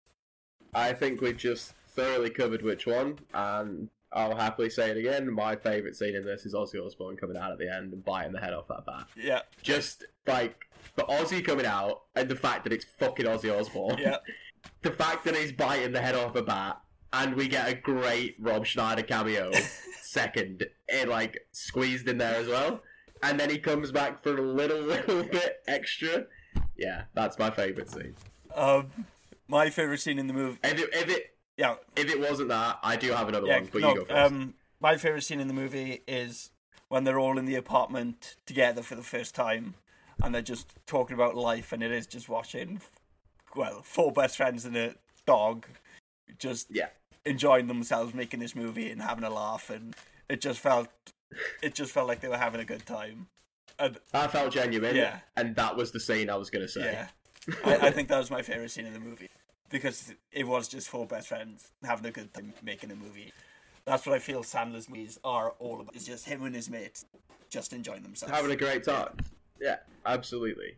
I think we've just thoroughly covered which one, and I'll happily say it again. My favourite scene in this is Ozzy Osbourne coming out at the end and biting the head off that bat. Yeah. Just like for Ozzy coming out and the fact that it's fucking Ozzy Osbourne. Yeah. the fact that he's biting the head off a bat, and we get a great Rob Schneider cameo second, it like squeezed in there as well. And then he comes back for a little, little bit extra. Yeah, that's my favourite scene. Um, my favorite scene in the movie. If it, if it yeah, if it wasn't that, I do have another one. But no, you go first. Um, my favorite scene in the movie is when they're all in the apartment together for the first time, and they're just talking about life, and it is just watching, well, four best friends and a dog, just yeah, enjoying themselves making this movie and having a laugh, and it just felt, it just felt like they were having a good time. And I felt genuine. Yeah. And that was the scene I was going to say. yeah, I, I think that was my favorite scene in the movie because it was just four best friends having a good time making a movie. That's what I feel Sandler's movies are all about. It's just him and his mates just enjoying themselves. Having a great time. Yeah, absolutely.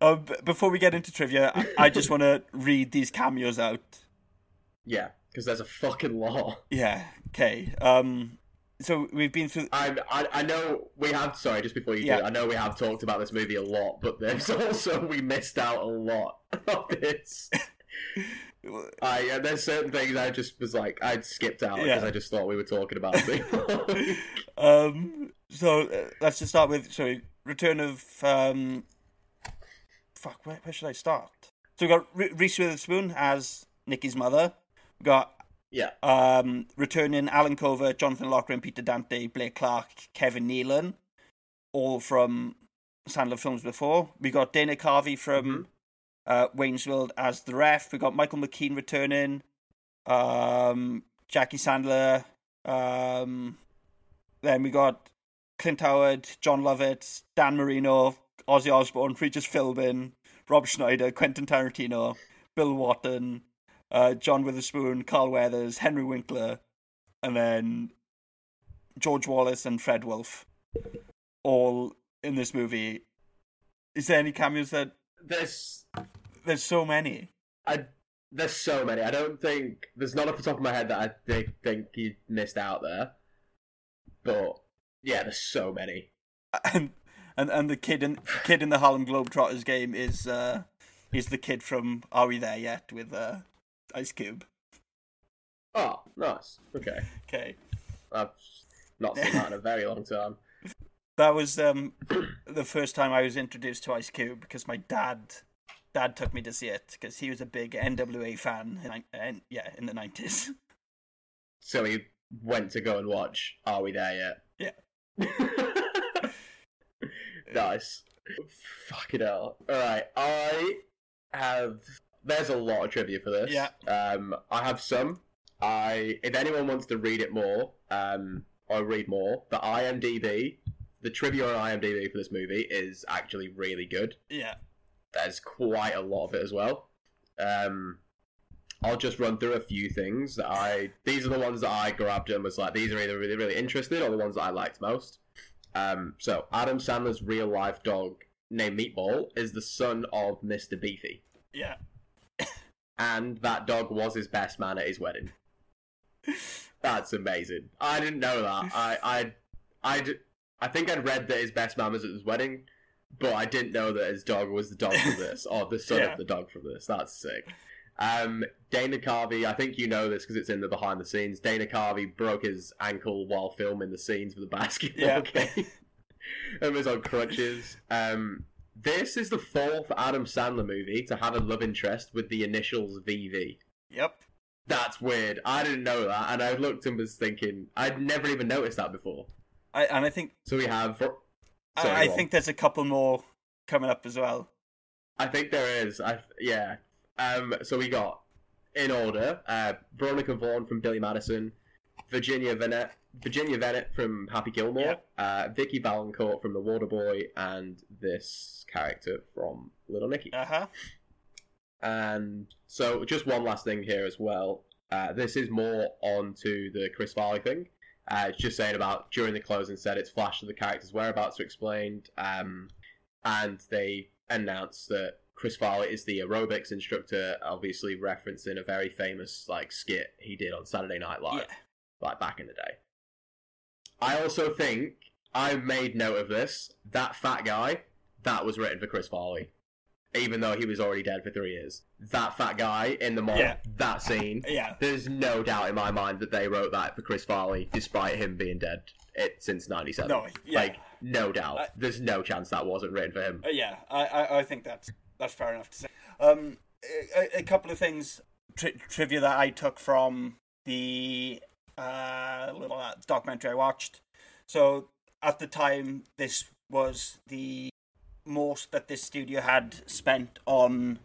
Uh, b- before we get into trivia, I, I just want to read these cameos out. Yeah, because there's a fucking lot. Yeah. Okay. Um. So we've been through. I, I I know we have. Sorry, just before you Yeah. do, I know we have talked about this movie a lot, but there's also we missed out a lot of this. I yeah, there's certain things I just was like I skipped out because Yeah. I just thought we were talking about it. Um. So uh, let's just start with. Sorry. Return of. Um. Fuck. Where, where should I start? So we got Re- Reese Witherspoon as Nikki's mother. We got yeah, Um, returning Alan Cover, Jonathan Lochran, Peter Dante, Blake Clark, Kevin Nealon, all from Sandler films before. We got Dana Carvey from uh, Wayne's World as the ref. We got Michael McKean returning, um, Jackie Sandler. Um, then we got Clint Howard, John Lovett, Dan Marino, Ozzy Osbourne, Regis Philbin, Rob Schneider, Quentin Tarantino, Bill Watton, uh, John Witherspoon, Carl Weathers, Henry Winkler, and then George Wallace and Fred Wolf, all in this movie. Is there any cameos that there's there's so many? I there's so many. I don't think there's none off the top of my head that I think think you missed out there, but yeah, there's so many. And and, and the kid in kid in the Harlem Globetrotters game is uh is the kid from Are We There Yet with uh Ice Cube. Oh, nice. Okay, Okay. I've uh, not seen that in a very long time. That was um, the first time I was introduced to Ice Cube because my dad dad took me to see it because he was a big NWA fan. And, and yeah, in the nineties. So he went to go and watch Are We There Yet? Yeah. nice. Fucking hell. Alright, I have. There's a lot of trivia for this. Yeah. Um, I have some. I, if anyone wants to read it more, um, or read more, the IMDb, the trivia on IMDb for this movie is actually really good. Yeah. There's quite a lot of it as well. Um, I'll just run through a few things that I. These are the ones that I grabbed and was like, these are either really, really interested or the ones that I liked most. Um, so Adam Sandler's real life dog named Meatball is the son of Mr. Beefy, Yeah. and that dog was his best man at his wedding. That's amazing. I didn't know that. I I I d- I think I'd read that his best man was at his wedding, but I didn't know that his dog was the dog from this or the son Yeah. of the dog from this. That's sick. Um, Dana Carvey, I think you know this because it's in the behind the scenes. Dana Carvey broke his ankle while filming the scenes for the basketball Yeah. game and was on crutches. Um, this is the fourth Adam Sandler movie to have a love interest with the initials VV. Yep. That's weird. I didn't know that, and I looked and was thinking I'd never even noticed that before. I and I think so. We have. Sorry, I, I go on. think there's a couple more coming up as well. I think there is. I yeah. Um. So we got in order. Uh, Veronica Vaughn from Billy Madison, Virginia Venet, Virginia Venet from Happy Gilmore, uh, Vicky Valancourt from The Waterboy, and this character from Little Nicky. Uh huh. And so, just one last thing here as well. Uh, this is more onto the Chris Farley thing. Uh, it's just saying about during the closing set, it's flashed that the character's whereabouts are explained, um, and they announced that Chris Farley is the aerobics instructor, obviously referencing a very famous like skit he did on Saturday Night Live, like back in the day. I also think I made note of this. That fat guy, that was written for Chris Farley, even though he was already dead for three years. That fat guy in the mall, Yeah. that scene. Yeah. There's no doubt in my mind that they wrote that for Chris Farley, despite him being dead it, since '97. No, yeah. like no doubt. There's no chance that wasn't written for him. Uh, yeah, I, I, I think that's that's fair enough to say. Um, a, a- a couple of things tri- trivia that I took from the uh, little uh, documentary I watched. So at the time, this was the most that this studio had spent on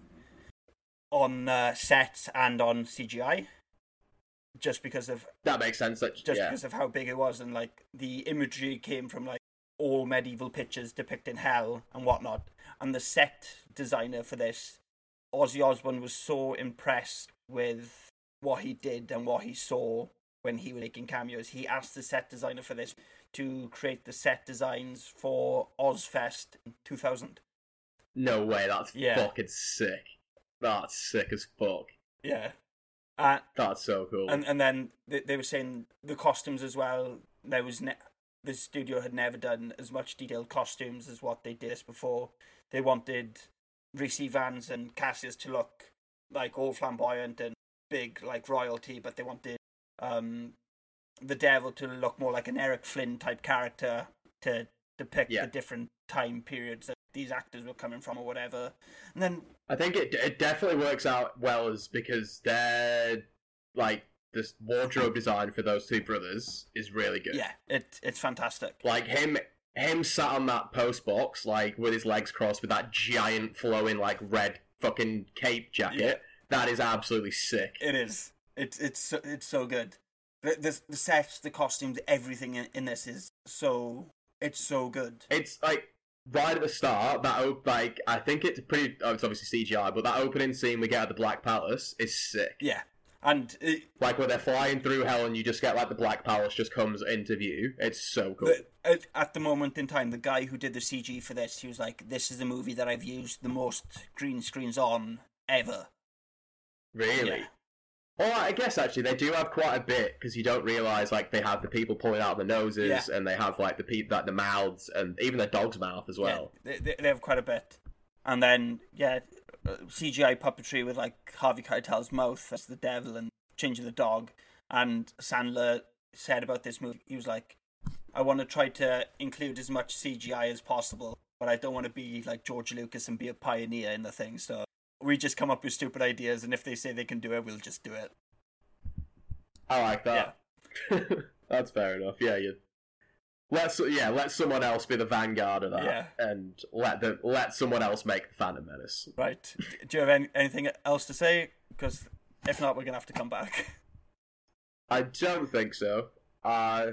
on uh, sets and on CGI, just because of That makes sense. That, just yeah. because of how big it was and like the imagery came from like all medieval pictures depicting hell and whatnot and the set designer for this ozzy osbourne was so impressed with what he did and what he saw when he was making cameos he asked the set designer for this to create the set designs for ozfest 2000 No way, that's Yeah. fucking sick. That's sick as fuck. yeah uh, That's so cool. and and then they, they were saying the costumes as well. There was ne- the studio had never done as much detailed costumes as what they did this before. They wanted Reese Vans and Cassius to look like all flamboyant and big like royalty, but they wanted um, the devil to look more like an Eric Flynn type character to depict Yeah. the different time periods that these actors were coming from or whatever. And then I think it it definitely works out well as because their like this wardrobe design for those two brothers is really good. yeah, it it's fantastic. Like him him sat on that post box, like with his legs crossed with that giant flowing like red fucking cape jacket. Yeah. That is absolutely sick. It is. It's it's so, it's so good. The, the the sets, the costumes, everything in, in this is so it's so good. It's like right at the start that op- like I think it's pretty. Oh, it's obviously CGI, but that opening scene we get at the Black Palace is sick. Yeah, and uh, it, Like where they're flying through hell and you just get like the Black Palace just comes into view. It's so cool. the, at, at the moment in time, the guy who did the CG for this, he was like, "This is the movie that I've used the most green screens on ever." really? Well, I guess actually they do have quite a bit because you don't realize like they have the people pulling out the noses Yeah. and they have like the pe- like the mouths and even the dog's mouth as well. Yeah, they, they, they have quite a bit, and then yeah, uh, CGI puppetry with like Harvey Keitel's mouth as the devil and changing the dog. And Sandler said about this movie, he was like, "I want to try to include as much CGI as possible, but I don't want to be like George Lucas and be a pioneer in the thing." So we just come up with stupid ideas, and if they say they can do it, we'll just do it. I like that. That's fair enough. Yeah, you. Let's yeah, let someone else be the vanguard of that, Yeah. and let the let someone else make the Phantom Menace. Right? D- do you have any, anything else to say? Because if not, we're gonna have to come back. I don't think so. I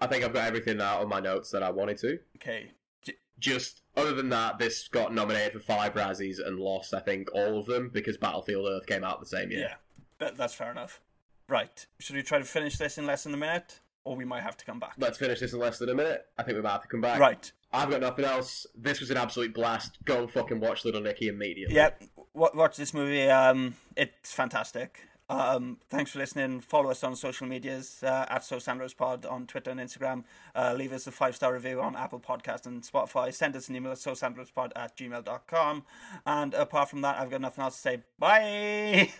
I think I've got everything out on my notes that I wanted to. okay. Just other than that, this got nominated for five Razzies and lost, I think, all of them because Battlefield Earth came out the same year. Yeah, that, that's fair enough. Right. Should we try to finish this in less than a minute? Or we might have to come back. Let's finish this in less than a minute. I think we might have to come back. Right. I've got nothing else. This was an absolute blast. Go and fucking watch Little Nicky immediately. Yep. Wa watch this movie. Um, it's fantastic. Um, thanks for listening. Follow us on social medias uh, at So Sandros Pod on Twitter and Instagram. Uh, leave us a five star review on Apple Podcast and Spotify. Send us an email at sosandrospod at gmail.com. And apart from that, I've got nothing else to say. Bye.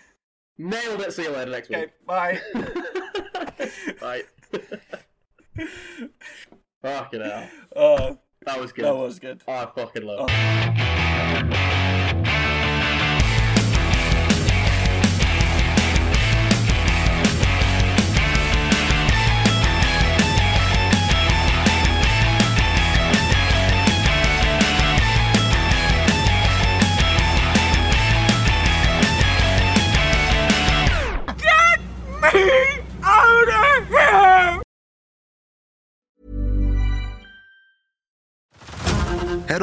Nailed it. See you later next Okay, bye. week. Bye. fucking hell. Uh, That was good. that was Oh, good. I fucking love it. Head